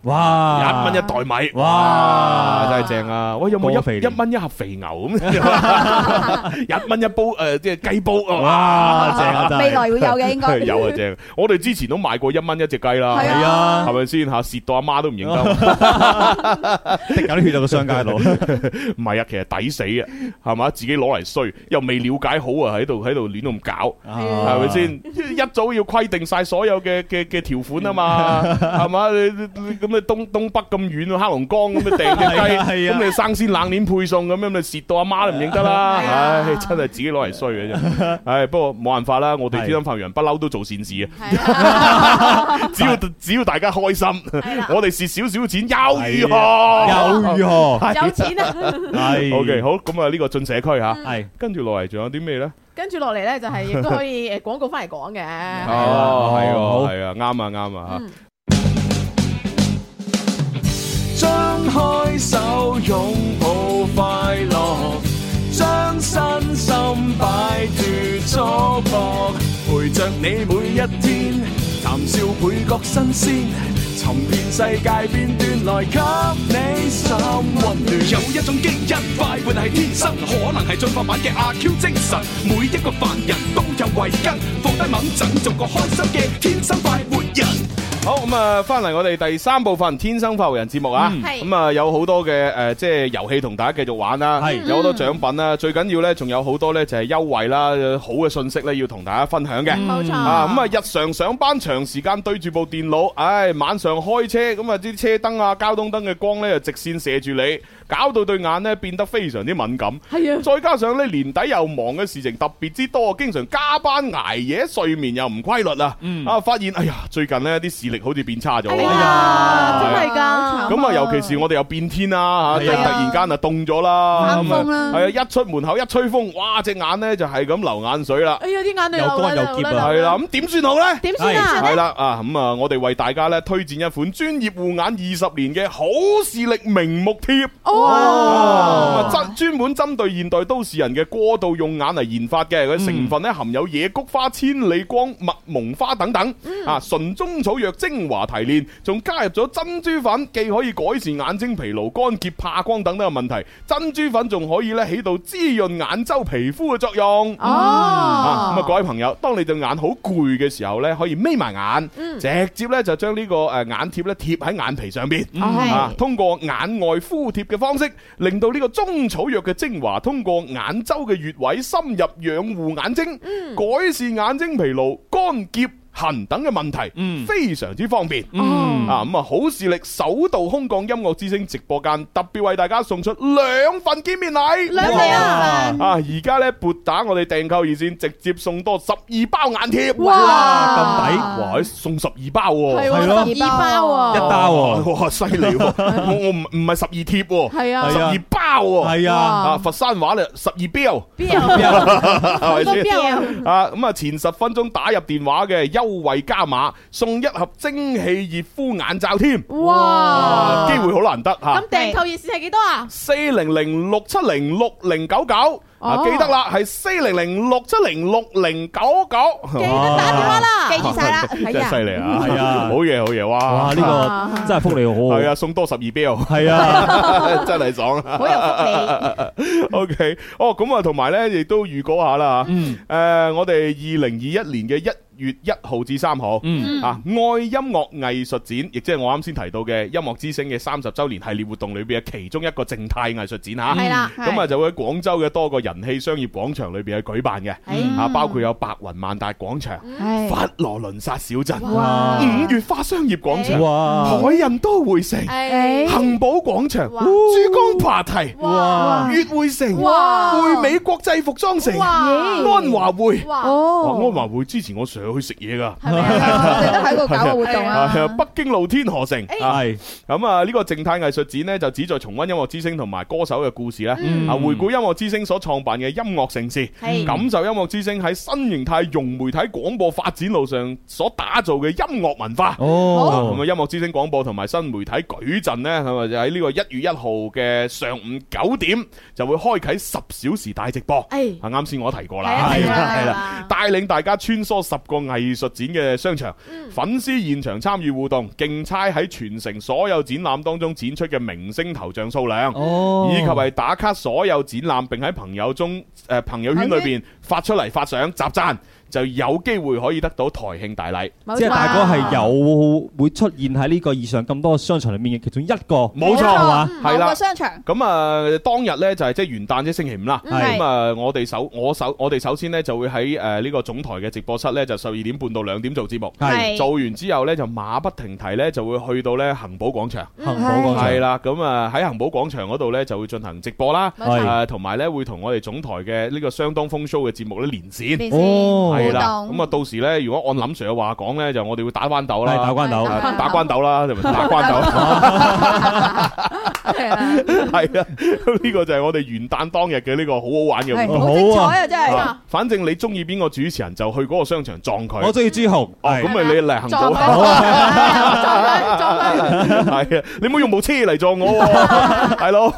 一哇，蚊一袋米，哇啊真係正啊！喂，有冇多肥一一料蚊一盒肥牛咁？ [LAUGHS] 一蚊一煲誒，即係雞煲啊！哇，正啊真未來係，會有嘅應該。 [LAUGHS] 有啊正，我哋之前都買過一蚊一隻雞啦，係係啊係，咪先吓？蝕到阿媽都唔認得， [LAUGHS] [LAUGHS] 滴有啲血就個商界度，唔係啊，其實抵死啊，係嘛？自己攞嚟衰，又未了解好啊，喺度喺度亂咁搞，係係咪？啊 [LAUGHS] 先？一早要規定晒所有嘅嘅嘅條款啊嘛，係嘛？你你你咁你到東東北咁遠啊，黑龍江咁你訂只係啊雞，係啊咁你生鮮冷鏈配送咁樣，你蝕到阿媽都唔認得啦！係啊唉，真係自己攞嚟衰嘅 [LAUGHS] 啫。唉，不過冇辦法啦，我哋天津發揚不嬲都做善事嘅，係啊， [LAUGHS] [LAUGHS] 只要只要大家開心，係啦我哋蝕少少錢又如何？啊又如何？有錢 [LAUGHS] 啊！係 O K，好，咁啊呢個進社區吓，係跟住落嚟仲有啲咩咧？跟住落嚟咧，就係亦都可以誒廣告翻嚟講嘅。哦，係好喎，係啊，啱啊，啱啊嗯張開手擁抱快樂，將身心擺脱束縛，陪着你每一天，談笑倍覺新鮮，尋遍世界片段來給你心温暖。有一種基因快活係天生，可能係進化版嘅阿 Q 精神，每一個凡人都有慧根，放低猛陣，做個開心嘅天生快活人。好咁啊，翻嚟我哋第三部分《天生發福人》節目啊，係咁啊有好多嘅誒，即係遊戲同大家繼續玩啦，係有好多獎品啦，最緊要呢，仲有好多呢就係優惠啦，好嘅信息呢，要同大家分享嘅。嗯冇錯。啊，咁啊，日常上班長時間對住部電腦，唉，晚上開車咁啊，啲車燈啊、交通燈嘅光呢，就直線射住你，搞到對眼呢變得非常之敏感。係啊，再加上咧年底又忙嘅事情特別之多，經常加班捱夜，睡眠又唔規律啊！啊，發現哎呀，最近呢啲視力好似變差咗。嗯哎呀，真係㗎。咁啊，尤其是我哋又變天啦嚇，即係係啊突然間啊凍咗啦，冷風啦咁啊係啊，一出門口一吹風，哇！隻眼咧就係咁流眼水啦，哎呀，啲眼淚又流啦，乾又流啦澀流啊啦係啦，咁點算好呢？點算啊？係啦，啊咁啊，我哋為大家咧推薦一款專業護眼二十年嘅好視力明目貼。哦，專啊專門針對現代都市人嘅過度用眼嚟研發嘅，佢成分咧含有野菊花、千里光、蜜蒙花等等，啊純中草藥精華提煉，仲加入咗珍珠粉，既可以改善眼睛疲勞、乾澀、怕光等等嘅問題，珍珠粉仲可以咧起到滋潤眼周皮膚嘅作用。嗯啊，咁啊，各哦，位朋友，當你對眼好攰嘅時候咧，可以眯埋眼，直接咧就將呢個誒眼貼咧貼喺眼皮上邊，係啊，通過眼外敷貼嘅方式，令到呢個中草藥嘅精華通過眼周嘅穴位深入養護眼睛，改善眼睛疲勞、乾澀。痕等嘅問題，非常之方便。啊，咁啊，好視力首度空降音樂之聲直播間，特別為大家送出兩份見面禮。兩位啊，啊！而家咧撥打我哋訂購熱線，直接送多十二包眼貼。咁抵哇！哇！送十二包係喎，係咯喎，十二包一喎，打喎，哇！犀利 [LAUGHS] 喎！我我唔唔係十二貼喎，係啊十係啊二包喎。係啊，啊！佛山話咧，十二標，邊有 [LAUGHS] 係咪好多先？邊啊，咁啊，前十分鐘打入電話嘅優惠加碼，送一盒蒸汽熱敷眼罩添，啊有？哇！機會好難得嚇咁。訂購熱線係幾多啊？四零零六七零六零九九啊，哦記得啦，係四零零六七零六零九記九。得打電話啦，記住晒啦真係犀利啊！係啊 à? 好嘢好嘢，哇！哇！呢 Ờ. 個真係福利好，係啊，，送多十二標，[LAUGHS] 係啊，真係爽啊！好有 [LAUGHS] 福 O K，哦，咁啊，同埋咧，亦都預告下啦吓。嗯誒，我哋二零二一年嘅一月一號至三號，Ừ. 嗯啊，愛音樂藝術展，亦即係我啱先提到嘅音樂之聲嘅三十週年系列活動裏邊嘅其中一個靜態藝術展吓。係啦，咁啊，就會喺廣州嘅多個人氣商業廣場裏邊去舉辦嘅，係啊，包括有白雲萬達廣場、利，佛羅倫薩小鎮、啊哇 Ừ, 五月花商業廣場、哇，海印都會城、誒恒寶廣場、哇珠江琶堤。哇粵匯城、哇匯美國際服裝城、哇安華匯。哇，哇哦安，華匯之前我上去食嘢噶，係咪我啊？哋都喺度搞個活動啊，係啊北京露天河城。啊係咁啊，呢個靜態藝術展呢，就旨在重溫音樂之聲同埋歌手嘅故事啦，嗯啊，回顧音樂之聲所創辦嘅音樂盛事，係感受音樂之聲喺新形態融媒體廣播發展路上所打造嘅音樂文化。啊咁哦啊，，音樂之聲廣播同埋新媒體矩陣呢，係咪就喺呢個一月一號嘅上午九點就會開啟十小時大直播？誒，啊，啱先我提過哎係啊係啊啦，係係啦啊，帶領大家穿梭十個藝術展嘅商場，嗯粉絲現場參與互動，競猜喺全城所有展覽當中展出嘅明星頭像數量。哦，以及係打卡所有展覽，並喺朋友中誒、呃朋友圈裏邊發出嚟發相集讚，就有機會可以得到台慶大禮。冇即錯係大哥係有會出現喺呢個以上咁多商場裏面嘅其中一個，冇錯係嘛？嗯係啦某個商場咁啊，當日呢，就係即係元旦即係星期五啦。係咁啊，我哋首我首我哋首先呢，就會喺誒呢個總台嘅直播室呢，就十二點半到兩點做節目。係做完之後呢，就馬不停蹄呢，就會去到呢恒寶廣場。恒寶廣係場，啦，咁啊喺恒寶廣場嗰度呢，就會進行直播啦。係誒，同埋呢，會同我哋總台嘅呢個相當風騷嘅節目呢連線。電視哦係啦，互動咁啊到時呢，如果按林 Sir 嘅話講呢，就我哋會打關斗係打啦。關誒鬥，[LAUGHS] 關打關斗啦，同埋打關斗。係啊系啊，呢個就係我哋元旦當日嘅呢個好好玩嘅活動。好精好啊彩啊！真係。啊反正你中意邊個主持人，就去嗰個商場撞佢。我中意朱紅，哦，係咁咪你嚟行撞到佢，撞佢，撞佢， [LAUGHS] 係啊！你唔好用部車嚟撞我 [LAUGHS] 喎，大佬，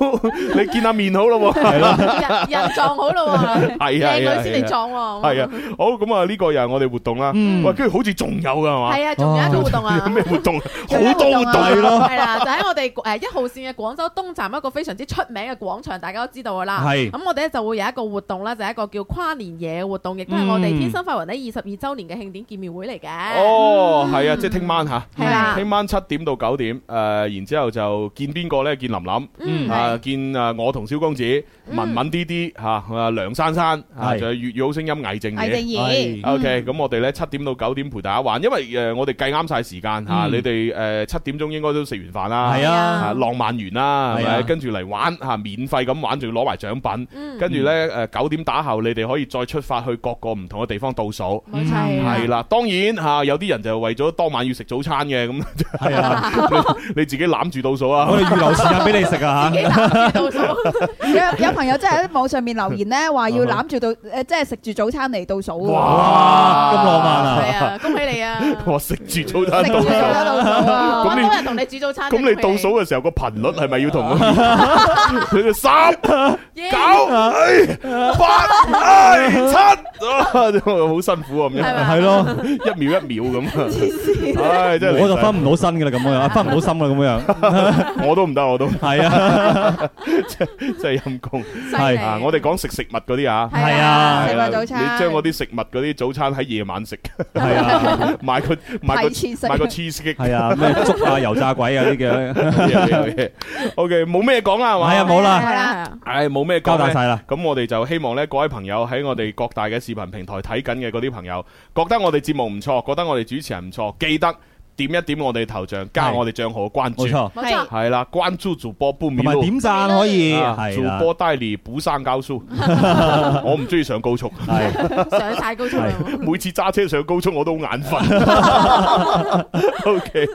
你見下面好咯喎。啊人人撞好咯喎，係啊，靚係啊女先嚟撞喎，係啊，好咁啊！呢個又係我哋活動啦。喂，跟住好似仲有噶係嘛？係啊，仲有 [LAUGHS] 一個活動啊有。咩活動？好仲有一個多活動啊活動啊係啦，就喺我哋誒一號線嘅廣州東站一個非常之出名嘅廣場，大家都知道噶啦。係咁，我哋咧就會有一個活動啦，就係一個叫跨年夜嘅活動，亦都係我哋嗯天生快活人呢二十二週年嘅慶典見面會嚟嘅。哦，係啊，即係聽晚吓，係啦聽晚七點到九點，誒，然之後就見邊個咧？見林林。嗯，啊，係見啊，我同蕭公子、文文啲啲嚇，啊梁珊珊啊，係仲有粵語好聲音魏正魏正嘢。儀係 O.K. 咁我哋咧七點到九點陪大家玩，因為誒我哋計啱晒時間嚇，嗯你哋誒七點鐘應該都食完飯啦，係啊，啊浪漫完啦，係係啊咪？跟住嚟玩嚇，免費咁玩，仲要攞埋獎品，嗯，跟住咧誒九點打後，你哋可以再出發去各個唔同嘅地方倒數。冇錯係啦，當然嚇有啲人就為咗當晚要食早餐嘅，咁係啊， [LAUGHS] 你你自己攬住倒數啊！我哋預留時間俾你食啊幾難倒數，有有朋友真係喺網上面留 [LAUGHS] 言咧，話要攬住到誒，即係食住早餐嚟倒數喎。嚇！哇，咁浪漫啊！係啊，恭喜你 [LAUGHS] 啊！我食住早餐食倒住數早。餐倒數啊！咁咁你多人同你煮早餐，咁你倒數嘅時候個頻率係咪要同我佢哋三九九哎八哎七啊，真係好辛苦啊咁係樣，嘛係咯，一秒一秒咁啊，唉真係我就離分唔到身噶啦，咁樣分唔到心啦，咁樣晒 [LAUGHS] 我都唔得，我都係啊， [LAUGHS] 真係陰公係啊！我哋講食食物嗰啲啊。係啊食係個啊早餐你將嗰啲食物嗰啲早餐喺夜晚食，係啊， [LAUGHS] 買個買個提前食買個 cheese cake 係啊，咩粥啊、油炸鬼 [LAUGHS] 啊呢啲嘅，啊 OK，冇咩講啦，係嘛？係啊，冇啦，係啦，唉，冇咩講交代咧晒啦，咁我哋就希望咧，各位朋友喺我哋各大嘅視頻平台睇緊嘅嗰啲朋友，覺得我哋節目唔錯，覺得我哋主持人唔錯，記得點一點我哋頭像，加係我哋帳號嘅關注冇，錯，冇錯，係啦，關注主播不迷同埋路。點贊可以啊主係啦，播帶嚟補生教 [LAUGHS] 書，我唔中意上高速，係上太高速啦。每次揸車上高速我都好眼瞓。OK，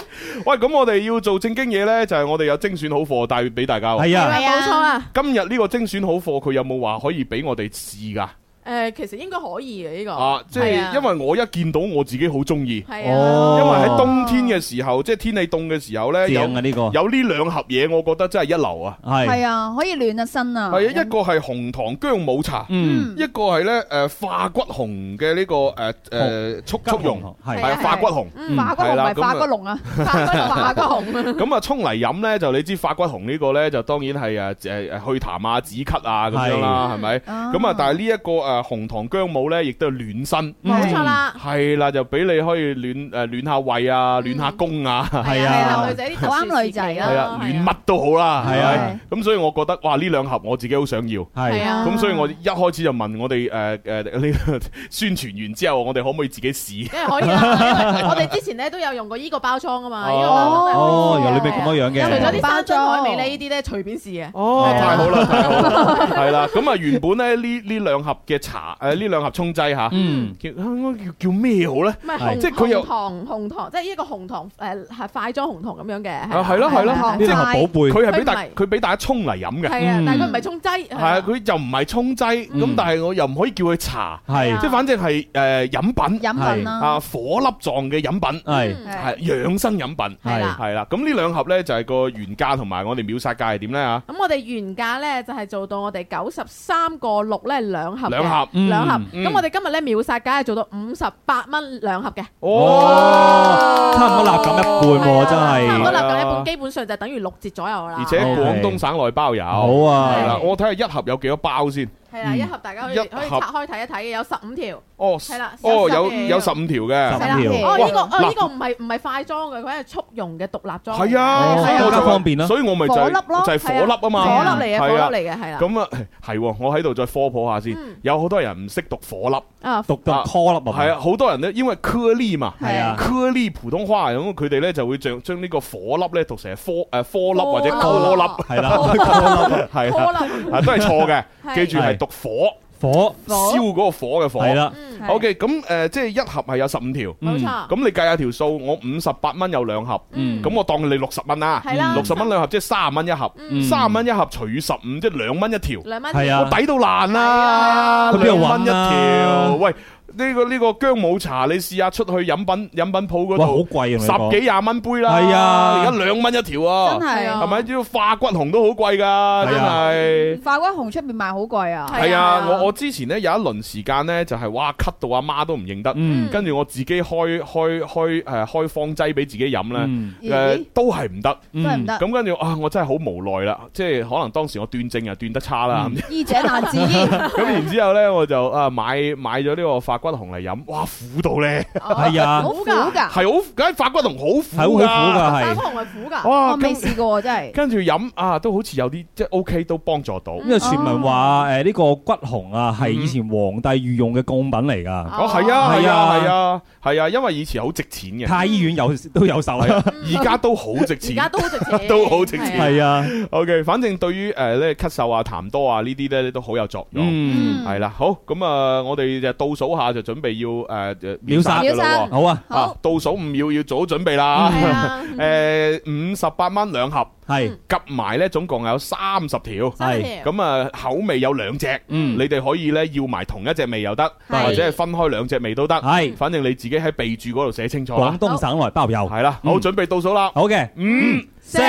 喂，咁我哋要做正經嘢呢，就係、我哋有精選好貨帶俾大家喎。係啊，係啊，冇錯啊。今日呢個精選好貨，佢有冇話可以俾我哋試㗎？誒，其實應該可以嘅呢個。啊，即係啊係因為我一見到我自己好中意，係因哦為喺哦冬天嘅時候，即係天氣凍嘅時候呢，有正啊呢個有呢兩盒嘢，我覺得真係一流啊！係係，啊，可以暖下身啊。係啊，一個係紅糖姜母茶，嗯，一個係呢誒化骨紅嘅呢個誒誒速速溶，係係啊化骨紅。嗯化骨龍係唔啦係化咁啊骨龍啊，化骨紅 [LAUGHS] 啊，咁啊，沖嚟飲呢，就你知化骨紅呢個呢，就當然係誒誒誒去痰啊、止咳啊咁樣啦，係咪？咁啊，但係呢一個誒紅糖姜母呢，亦都係暖身。嗯冇錯啦。係啦，就俾你可以暖誒暖下胃啊，暖下宮啊，係啊係女仔啲特殊好啱女仔啊時期啦係啊，暖乜都好啦，係係啊啊，咁所以我覺得哇，呢兩盒我自己好想要。係係啊，咁所以我一開始就問我哋誒誒呢個 [LAUGHS] 宣傳完之後，我哋可唔可以自己試？梗係可以啦，因為 [LAUGHS] 我哋之前咧都有用過依個包裝噶啊嘛，哦依個包裝都係哦，原來你咪咁樣樣除咗嘅啲，山珍海味咧，呢啲咧隨便試嘅。哦係啊太好啦，太好啦，係啦。咁啊，原本咧呢呢兩盒嘅茶誒呢兩盒沖劑嚇，嗯，叫啊叫叫咩好咧？唔係係紅即係佢又紅糖紅糖，即係呢個紅糖誒係快裝紅糖咁樣嘅。啊係咯係咯呢兩個寶貝，佢係俾大佢唔係佢俾大家沖嚟飲嘅，係啊嗯，但係佢唔係沖劑。係係啊，佢又唔係沖劑，咁嗯但係我又唔可以叫佢茶，係即係反正係誒飲品飲品啦啊，，火粒狀嘅飲品係嗯係養生飲品。係啦。系啦，咁呢兩盒呢，就係個原價同埋我哋秒殺價係點呢？咁我哋原價咧就係做到我哋九十三個六咧兩盒嘅，兩盒嗯兩盒。嗯咁我哋今日咧秒殺價係做到五十八蚊兩盒嘅，吓？哦差唔多立咁一半喎，真差唔多係係，立緊一係啊半，基本上就等於六折左右啦。而且廣東省內包郵。好係啦，啊，我睇下一盒有幾多包先。係啦，一盒大家可以一盒可以拆開睇一睇嘅，有十五條。哦，係啦哦，有十條啊有有十五條嘅十。係啦條哦，哇呢個嗱哦呢個唔係唔係快裝嘅，佢係速溶嘅獨立裝嚟嘅。係啊，哦係多我就咗話方便啦所以我咪就火係粒咯就係火粒啊嘛，火粒嚟嘅，火係啊粒嚟嘅，係啦。咁啊，係喎，我喺度再科普下先嗯。有好多人唔識讀火粒，啊，讀到 call 粒係啊，啊，好多人咧，因為顆粒嘛，係啊顆粒普通話咁，佢哋咧就會將將呢個火粒咧讀成係科誒科粒或者科粒，係啦 call 粒啊 [LAUGHS] 係火啊，粒，啊都係錯嘅，係記住係讀火火燒嗰個火嘅係火。啦，嗯，係 O K，咁誒即係一盒係有十五條，冇嗯錯。咁你計下條數，我五十八蚊有兩盒，嗯咁我當你六十蚊啦。係啦，六十蚊兩盒即係三十蚊一盒，嗯三十蚊一盒除以十五即係兩蚊一條，兩蚊。係啊我抵到爛啦，係啊佢邊兩度蚊一搵啊條，喂。呢個呢個姜母茶，你試下出去飲品飲品鋪嗰哇好度，貴啊！十幾廿蚊杯啦，係啊而家兩蚊一條啊真，係啊係咪？呢個化骨紅都好貴㗎，真係啊係。化骨紅出面賣好貴啊！係啊，我我之前咧有一輪時間咧就係哇咳到阿媽都唔認得，嗯跟住我自己開開開誒開方劑俾自己飲咧，嗯誒咦，都係唔得。真係唔得，咁跟住啊，我真係好無奈啦，即係可能當時我斷症又斷得差啦。嗯咁醫者難 [LAUGHS] 自 [LAUGHS] 醫，咁然之後呢，我就啊買買咗呢個發骨紅嚟飲，哇苦到呢，係啊好好苦㗎，係㗎，好，梗係發骨紅係好好苦苦㗎，㗎三係。個紅係苦㗎。哇我未跟試過喎真係。跟住飲啊，都好似有啲即係 OK 都幫助到。嗯嗯因為傳聞話誒呢個骨紅啊係以前皇帝御用嘅貢品嚟㗎，哦，係啊，係係啊，啊係啊，係啊，因為以前好值錢嘅，太醫院有 [LAUGHS] 都有售係啊，啊而家都好 [LAUGHS] 值而錢家。都好值錢， [LAUGHS] 都好值錢係啊， OK，反正對於誒咧咳嗽啊、痰多啊呢啲呢，都好有作用。嗯，係啦，好咁啊，我哋就倒數下就準備要呃誒秒殺㗎啦喎秒殺好啊，啊嗯好，倒數五秒要做好準備啦係。啊， [LAUGHS] 誒，五十八蚊兩盒，係夾埋呢總共有三十條。三係條咁啊，口味有兩隻，嗯你哋可以呢要埋同一隻味又得，係或者係分開兩隻味都得。係反正你自己喺備註嗰度寫清楚啦廣。東省內包郵，係啦，好，嗯準備倒數啦。好嘅，嗯五。四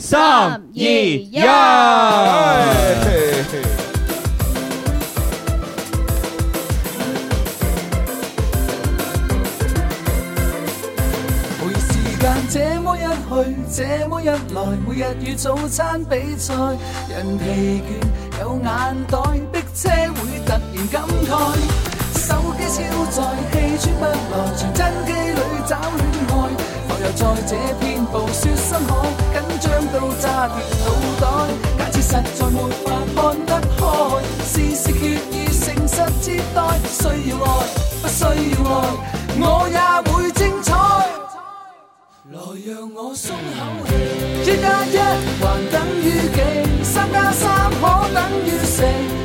三二一每時間這麼一去，這麼一來，每日與早餐比賽，人疲倦有眼袋，逼車會突然感慨，手機超載，氣喘不來，傳真機裏找戀愛，我又在這片暴雪深海，緊張到炸斷腦袋，假設實在沒法看得開，事事決意誠實接待，需要愛，不需要愛，我也會精彩。來讓我鬆口氣，一加一還等於幾？三加三可等於四？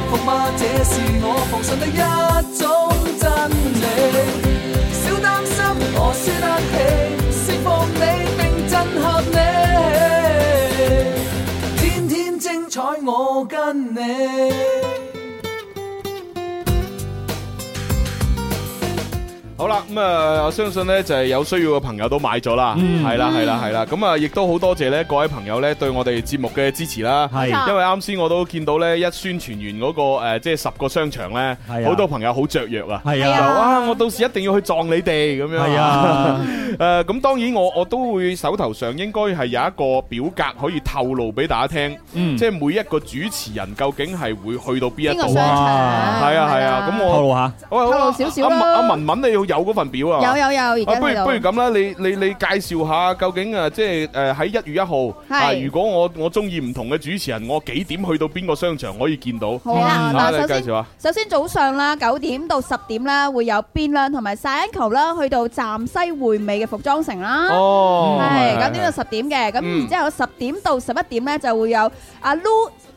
伏馬這是我奉信的一種真理。小擔心我輸得起，釋放你並震撼你，天天精彩我跟你。好啦，咁啊，我相信呢就係有需要嘅朋友都買咗啦，嗯係啦，係啦，係啦，咁啊，亦都好多謝呢各位朋友呢對我哋節目嘅支持啦。係因為啱先我都見到呢，一宣傳完嗰個誒，即係十個商場呢，係啊好多朋友好雀躍啊，係就啊，啊，我到時一定要去撞你哋咁樣。係啊， [LAUGHS] 誒，咁當然我我都會手頭上應該係有一個表格可以透露俾大家聽，嗯即係每一個主持人究竟係會去到邊邊一個度商啊？場？係啊係啊，咁透我露下，喂透好啊露少少阿啦阿文文你要有嗰份表啊。有有有，而啊，家不如喺不如度。咁啦，你你你介紹下究竟啊，即係誒喺一月一號啊，如果我我中意唔同嘅主持人，我幾點去到邊個商場可以見到？好啊，啊，嗱，你首介先紹下。首先早上啦，九點到十點啦，會有變亮同埋曬球啦，去到站西匯美嘅服裝城啦。哦係九點到十點嘅，咁嗯然之後十點到十一點咧就會有阿 Lu、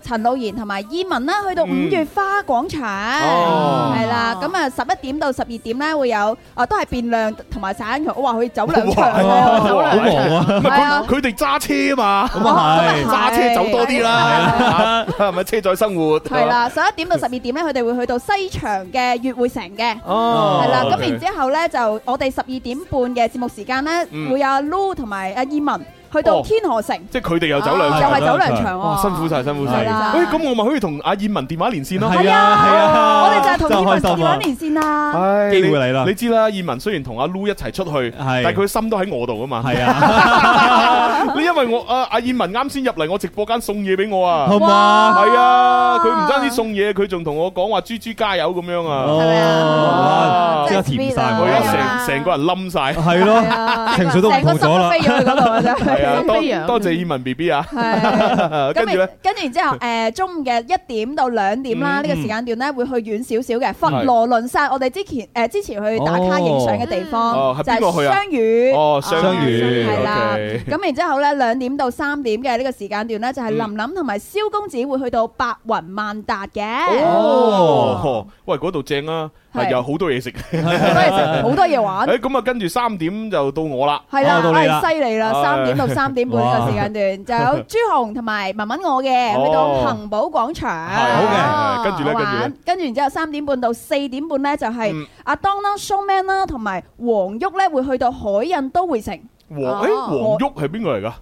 陳露賢同埋伊文啦，去到五嗯月花廣場，哦係啦，咁啊十一點到十二點咧會有啊都係變亮同埋散球，哇佢走兩場哇啊，走好兩忙啊，係啊，佢哋揸車嘛，咁啊係，揸車走多啲啦，係咪車載生活？啊係，啦，十一點到十二點咧，佢哋會去到西場嘅月匯城嘅。哦，係啦，咁然之後咧就我哋十二點半嘅節目時間咧，嗯會有阿 Lu 同埋阿伊文呃去到哦天河城，即係佢哋又走兩啊場啦哦又係走兩場哇，喎，辛苦晒，辛苦晒。係啦喂，咁我咪可以同阿燕文電話連線咯。係啊係啊，我哋就係同真葉係文開心電話啊！連線啦。唉機會嚟啦你知啦，燕文雖然同阿 Loo 一齊出去，但係佢心都喺我度啊嘛。係啊， [LAUGHS] 你因為我阿阿燕文啱先入嚟我直播間送嘢俾我啊好。嘛？係啊，佢唔單止送嘢，佢仲同我講話豬豬加油咁樣啊。咪啊哦，哇即刻甜晒我而真係家 sweet 啊成成個人冧晒。係咯，情緒都唔成個同咗心都啦飛。咗去嗰度啊！真係。係啊，心飛揚多多謝燕文 B B 啊。 [LAUGHS] 係跟住咧然，跟住然之 [LAUGHS] 後，誒中午嘅一點到兩點嗯啦，呢個時間段咧會去遠少少嘅佛羅倫薩，我哋之前誒之前去打卡影相嘅地哦方係就邊個去係啊雙魚。哦，相遇 [LAUGHS] 係啦 OK 咁然之後咧，兩點到三點嘅呢個時間段咧，就嗯係林林同埋蕭公子會去到白雲萬達嘅，哦，喂，嗰度正啊，係係有好多嘢食。好多嘢食好多嘢玩。诶，咁啊，跟住三點就啊到我啦。哎係啦哦，到你啦唉犀利啦！唉三點到三點半呢個時間段，就有朱紅同埋文文我嘅，哦去到恒寶廣場。係好嘅跟住咧跟啊好住咧玩跟住然之後三點半到四點半咧，就嗯係阿當啦、Showman 啦同埋黃旭咧會去到海印都會城。黃诶，黃哦旭係邊個嚟 [LAUGHS] 㗎？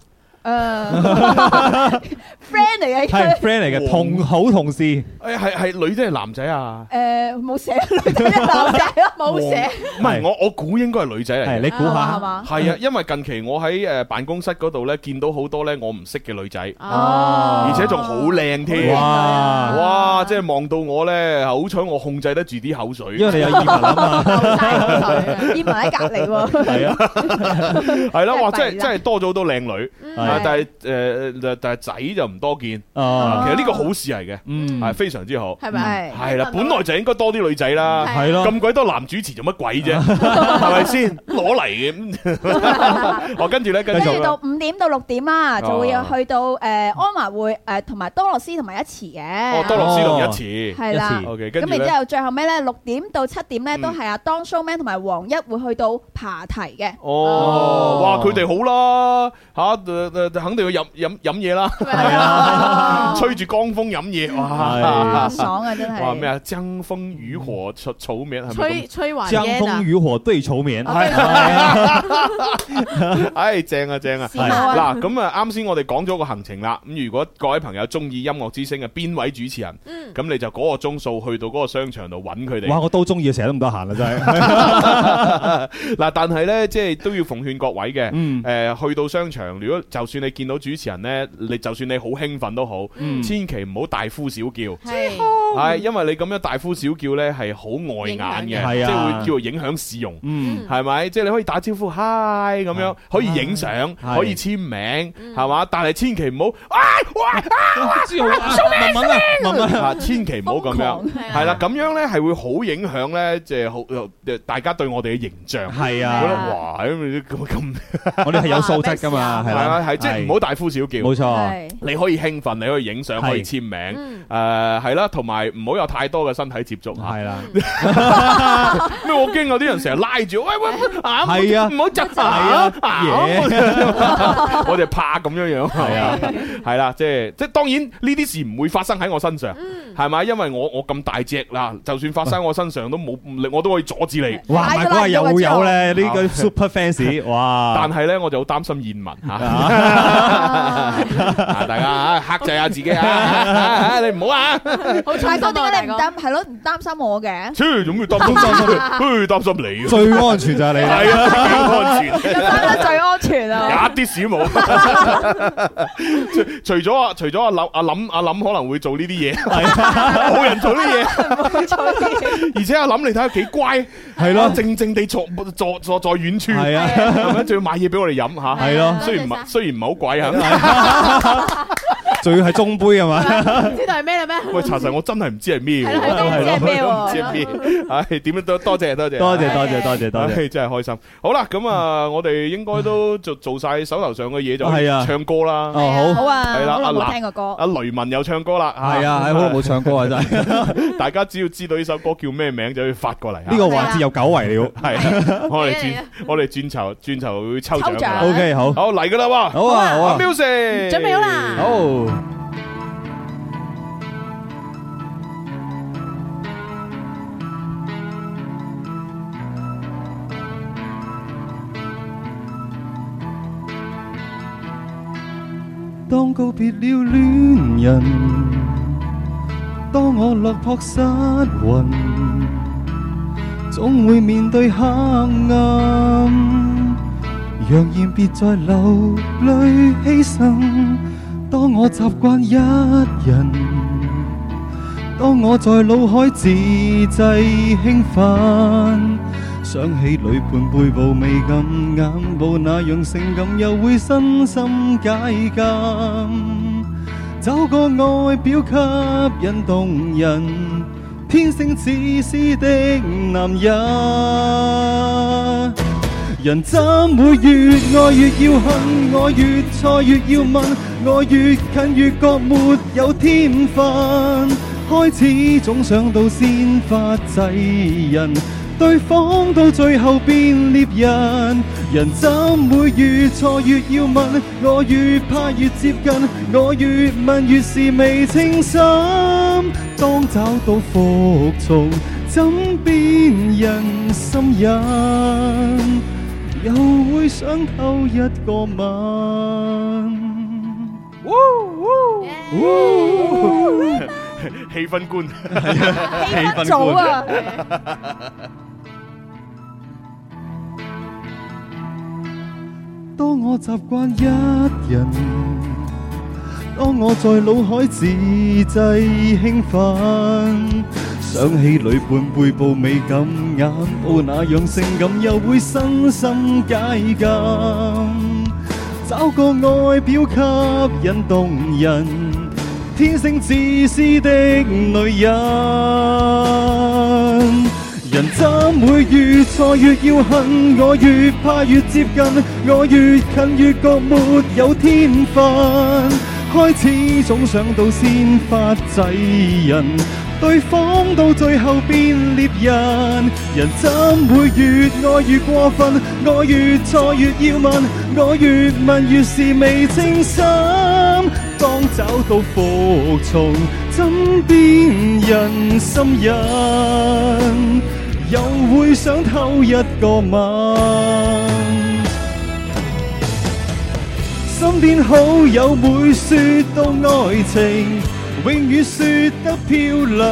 誒 [LAUGHS] [LAUGHS] friend 嚟係嘅。 friend 嚟嘅，黃同好同事。诶，係係女仔係男仔啊？誒冇 [LAUGHS] 寫 [LAUGHS] 女仔男仔咯，冇寫唔係，我我估應該係女仔嚟係嘅。你估係下，嘛？係啊，因為近期我喺誒辦公室嗰度咧，見到好多咧我唔識嘅女仔，哦啊而且仲好靚添。哇！哇！即係望到我咧，好彩我控制得住啲口水因。為你有耳聞啊 [LAUGHS] 嘛，葉文喺隔離喎。係啊，係啦，哇！真係真係弊啦真係多咗好多靚女，啊係但係誒但係仔就唔多見。啊，其實呢個好事嚟嘅，嗯，係非常之好。嗯係咪？係啦，本來就應該多啲女仔啦。係咯，咁鬼多男主持做乜鬼啫？係咪先攞嚟嘅？ [LAUGHS] 哦，跟住咧，跟跟住住到五點到六點啦，就會哦去到誒呃安華會誒同埋多樂斯同埋一池嘅，哦，多樂斯同一次。係啦一。池 O K，跟咁住然咧之。後最後尾咧六點到七點咧嗯都係阿當 showman 同埋黃一會去到琶堤嘅， [LAUGHS] 哦，哇！佢哋好啦，吓，誒誒肯定要飲飲飲嘢啦，係啊 [LAUGHS] 吹住江風飲嘢，哇哇！爽啊真哇咩係，啊？江風雨和草草面係咪吹吹還江風雨和對愁眠，啊咁？ [LAUGHS] 唉，正啊正啊！羨慕啊嗱，咁啊，啱先我哋講咗個行程啦。咁如果各位朋友中意音樂之星嘅邊位主持人，嗯，咁你就嗰個鐘數去到嗰個商場度揾佢哋。哇！我都中意，成日都唔得閒啦，真 [LAUGHS] 係，嗱，但係呢，即係都要奉勸各位嘅。嗯誒、去到商場，如果就算你見到主持人呢，你就算你好興奮都好，嗯，千祈唔好大呼小叫，係係因為你咁樣大呼小叫呢係好礙眼嘅，影響嘅即係係啊會叫做影響市容。嗯，係咪？即係你可以打招呼嗨咁樣，可以影相，嗯係可以簽名，係嘛？但係千祈唔好，啊喂喂朱紅啊，文文啊，文文啊，啊，千祈唔好咁樣，係啦，咁樣呢係會好影響呢，即係好呃大家對我哋嘅形象。係覺得啊，哇，咁咁咁我哋係有素質噶嘛，啊係係啦，啦，係即係唔好大呼小叫。冇錯，係你可以興奮，你可以影相，係可以簽名，嗯誒係啦，同埋唔好有太多嘅身體接觸嚇。係啦， [LAUGHS] 咩？我驚有啲人成日拉住，喂喂喂，啊，唔好係啊唔好窒啊啊，啊 [LAUGHS] 我哋怕咁樣樣，係啊，係啦，即係即係當然呢啲事唔會發生喺我身上，係咪？因為我我咁大隻啦，就算發生喺我身上都冇，我都可以阻止你。哇！埋拉咗嗰個拉咗又個有之咧，呢啊個 super fans，哇但！係咧，我就好擔心燕文嚇， [LAUGHS] 啊大家啊克制下自己啊，你唔好啊。好大彩哥哥點解你點解你唔唔得？擔係咯唔擔心我嘅？切，做咩擔心佢？擔心你啊！最安全就係你 [LAUGHS] 啦，係啊，幾安全，擔得最安全 [LAUGHS] 啊！一啲事都冇。除除咗啊，除咗阿林阿林阿林可能會做呢啲嘢，冇人做呢啲嘢。而且阿林你睇下幾乖，係咯靜靜地坐坐坐在遠處，係啊，係咪？仲要買嘢俾我哋飲吓，係咯雖然唔係雖然唔係好貴啊。 [LAUGHS] 仲要係中杯啊嘛， [LAUGHS] 知道係咩啦咩？喂，查實我真係唔知係咩喎，係咯係係我咩都唔知喎？係咩。唉，點樣都多謝多謝多謝多謝多謝多謝。唉，真係開心。好啦，咁啊，我哋應該都做做晒手頭上嘅嘢，就可以係啊唱歌啦。哦，好啊，係啦好耐阿冇娜聽過歌。阿雷文又唱歌啦，好，係啊，係好耐冇唱 [LAUGHS] 歌啊，真係大家只要知道呢首歌叫咩名，就可以發過嚟啊。呢個環節又久違了。 [LAUGHS] 係我哋嚟啊轉我哋轉頭轉頭會抽獎抽㗎啦。獎 OK，好，好嚟噶啦喎，好啊，好啊， music 準備好啦好。 Hãy subscribe cho kênh Ghiền Mì Gõ Để không bỏ lỡ 当告别了恋人，当我落魄失魂，总会面对黑暗。若然别再流泪牺牲，当我习惯一人，当我在脑海自制兴奋。想起女伴背部未禁，眼部那樣性感，又會身心解禁。找個外表吸引動人，天性自私的男人。人怎會越愛越要恨？我越錯越要問，我越近越覺沒有天分。開始總想到先發制人，對方到最後變獵人。人怎會越錯越要問？我越怕越接近，我越問越是未清醒。當找到服從，怎變人心癮？又會想偷一個吻。氣氛觀。氣氛組啊！當我習慣一人，當我在腦海自制興奮，想起女伴背部美感，眼部那樣性感，又會身心解禁。找個外表吸引動人，天性自私的女人。人怎會越錯越要恨？我越怕越接近，我越近越覺沒有天分。開始總想到先發制人，對方到最後變獵人。人怎會越愛越過分？我越錯越要問，我越問越是未清心。當找到服從，怎變人心癮？又會想偷一個吻。身邊好友每説到愛情，永遠説得漂亮。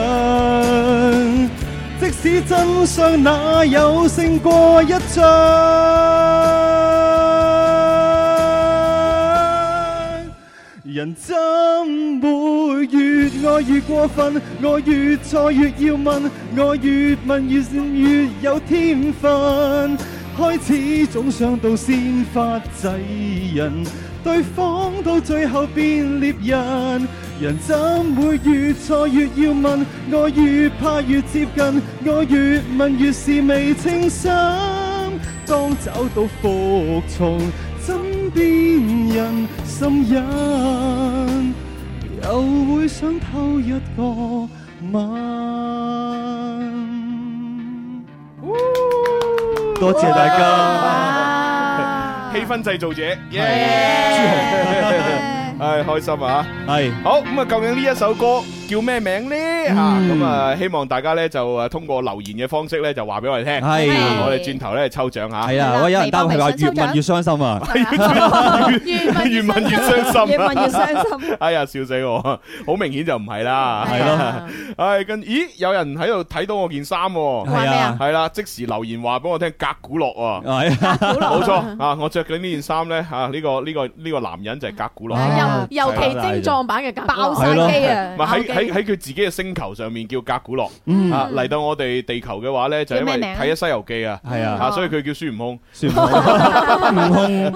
即使真相哪有勝過一仗？人怎會越愛越過分？我越錯越要問，我越問越越有天分。開始總想到先發制人，對方到最後變獵人。人怎會越錯越要問？我越怕越接近，我越問越是未清醒。當找到服從，怎變人心癮？又會想偷一個吻。多謝大家。氣氛製造者，耶唉，開心啊！係好咁啊，究竟呢一首歌叫咩名呢？啊，咁啊，希望大家咧就誒通過留言嘅方式咧就話俾我哋聽，係啊我哋轉頭咧抽獎嚇。係 Dạ, 啊，我有人答係話越問越傷心啊。 [LAUGHS] 越問越傷心越啊問 [LAUGHS] 越傷心。 [LAUGHS] 哎呀，笑死我！好明顯就唔係啦，係 [LAUGHS] 啊唉，跟咦有人喺度睇到我件衫喎，係啊，係啦，即時留言話俾我聽格古洛喎。係啊，冇錯啊！我着緊呢件衫咧嚇，呢個呢個呢個男人就係格古洛。啊尤尤其精壯版嘅格爆係晒咯機啊唔！係喺手機喺喺佢自己嘅星球上面叫格古洛嗯，啊，嚟到我哋地球嘅話咧，就因為叫咩名睇咗《西遊記》啊，係啊啊，所以佢叫孫悟空。孫 [LAUGHS] 悟 [LAUGHS] 空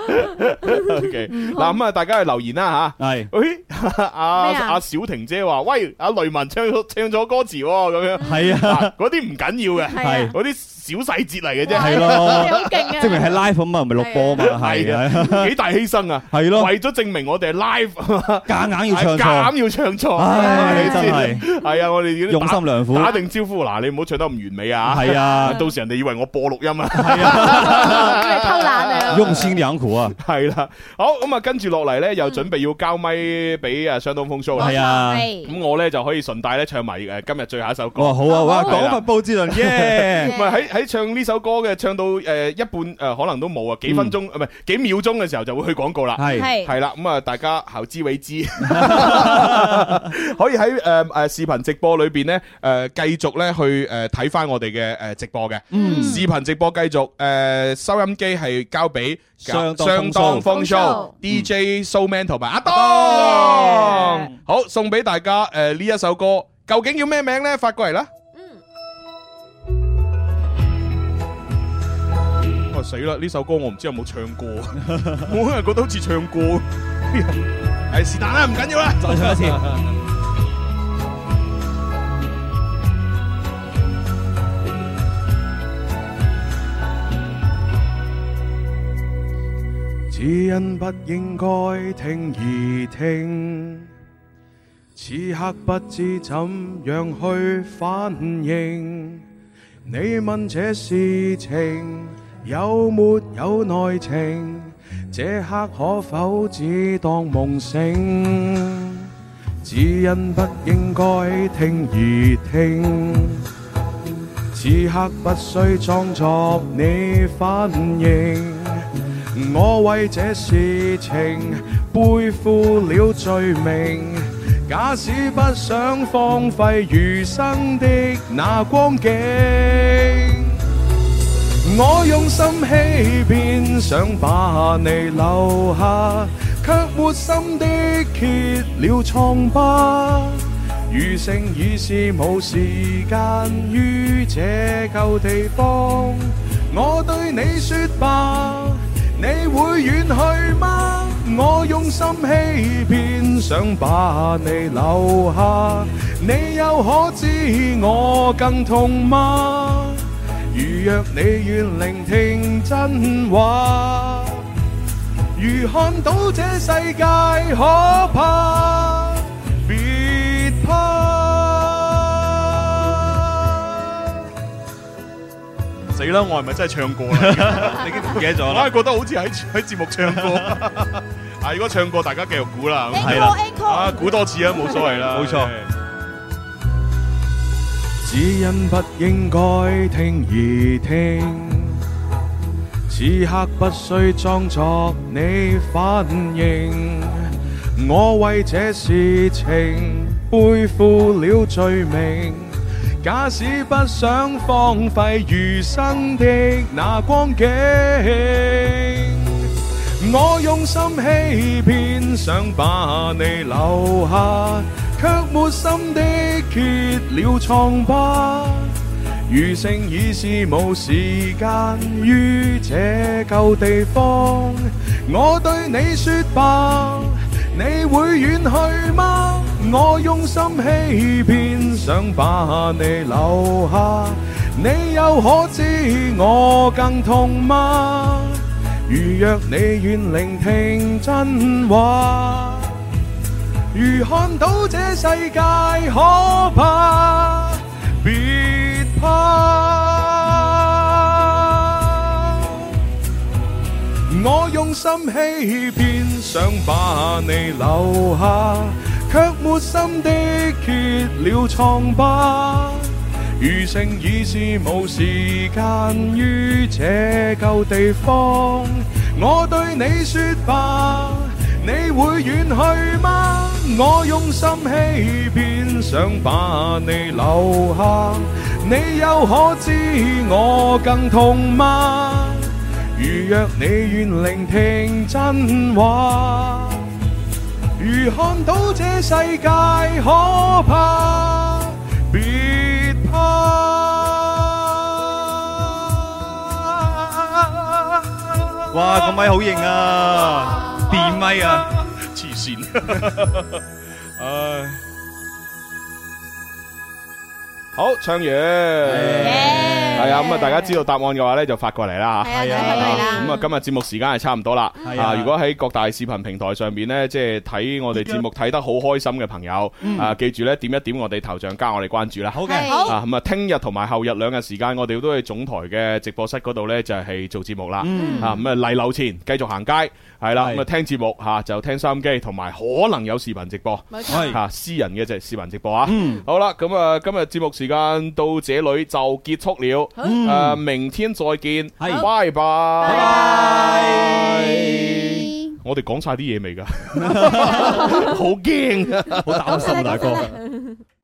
OK，嗱咁啊，大家去留言啦係 [LAUGHS] 吓。誒，阿咩啊阿小婷姐話：，喂，阿雷文唱咗唱咗歌詞喎，咁樣。係啊，嗱嗰啲唔緊要嘅，係嗰啲小細節嚟嘅啫， [LAUGHS] 係咯。好勁啊！證明係 live 咁啊，唔係錄播啊嘛，係係啊，啊，幾大犧牲啊！係咯，為咗證明我哋係 live，夾硬要唱錯，夾硬要唱錯，唉，係咪真先係係啊，啊，我哋已經打用心良苦，打定招呼，嗱，你唔好唱得唔完美啊！係啊 [LAUGHS] 到時人哋以為我播錄音啊！嚟偷懶啊！用心良苦啊，係啦，好咁啊，跟住落嚟咧，嗯又準備要交咪俾啊相當風騷啦。係啊，咁我咧就可以順帶咧唱埋誒今日最後一首歌。哇，好啊，哇，好廣佛報之論 [LAUGHS] 耶，唔係喺喺唱呢首歌嘅唱到誒一半誒可能都冇啊，幾分鐘唔係幾秒鐘嘅時候就會去廣告啦。係係係啦，咁啊，大家後知為知，可以喺誒誒視頻直播裏邊咧，誒、繼續咧去誒睇翻我哋嘅誒直播嘅。嗯，視頻直播繼續誒、收音機係交俾相當風騷相當風騷 DJ Showman 同埋阿當。好，送俾大家誒呢、一首歌，究竟叫咩名咧？發過嚟啦！嗯，我啊死啦！呢首歌我唔知有冇唱過， [LAUGHS] 我係覺得好似唱過。 [LAUGHS] 誒是但啦，唔緊要啦。再唱一次，此因不應該聽而聽，此刻不知怎樣去反應。你問這事情有沒有內情？這刻可否只當夢醒？只因不應該聽而聽。此刻不需裝作你反應，我為這事情背負了罪名。假使不想荒廢餘生的那光景，我用心欺騙，想把你留下，卻沒心的揭了瘡疤。餘剩已是冇時間於這舊地方，我對你說吧，你會遠去嗎？我用心欺騙，想把你留下，你又可知我更痛嗎？如若你願聆聽真話，如看到這世界可怕，別怕。 [LAUGHS] 死啦！我係咪真係唱過啦？ [LAUGHS] 你已經唔記得咗啦。我係覺得好似喺喺節目唱過。 [LAUGHS] 啊，如果唱過，大家繼續估啦。係啦，啊，估多次啊，冇所謂啦。冇錯只因不應該聽而聽，此刻不需裝作你反應。我為這事情背負了罪名。假使不想荒廢餘生的那光景，我用心欺騙，想把你留下，卻沒心的揭了瘡疤。餘剩已是無時間於這舊地方，我對你說吧，你會遠去嗎？我用心欺騙，想把你留下，你又可知我更痛嗎？如若你願聆聽真話，如看到這世界可怕，別怕。我用心欺騙，想把你留下，卻沒心的揭了瘡疤。餘剩已是無時間於這舊地方，我對你說吧，你會遠去嗎？我用心欺騙，想把你留下，你又可知我更痛嗎？如若你願聆聽真話，如看到這世界可怕，別怕。哇，個咪好型啊，電咪啊！黐線。唉，好唱完。係啊，咁啊，大家知道答案嘅話咧，就發過嚟啦吓。係啊，係啊，係係啊。啦。咁啊，今日節目時間係差唔多啦。係啊啊，如果喺各大視頻平台上面呢，即係睇我哋節目睇得好開心嘅朋友，啊，記住呢點一點我哋頭像加我哋關注啦。好係嘅，好啊，咁啊，聽日同埋後日兩日時間，我哋都喺總台嘅直播室嗰度呢，就係做節目啦。嗯啊，咁啊嚟樓前繼續行街，係啦，係咁啊聽節目吓就聽收音機，同埋可能有視頻直播冇錯，係，吓，私人嘅就係視頻直播啊。嗯，好啦，咁啊，今日節目時間到這裏就結束了。嗯誒，明天再見，係拜拜拜。拜，我哋講晒啲嘢未㗎？好驚啊！好擔心啊大哥。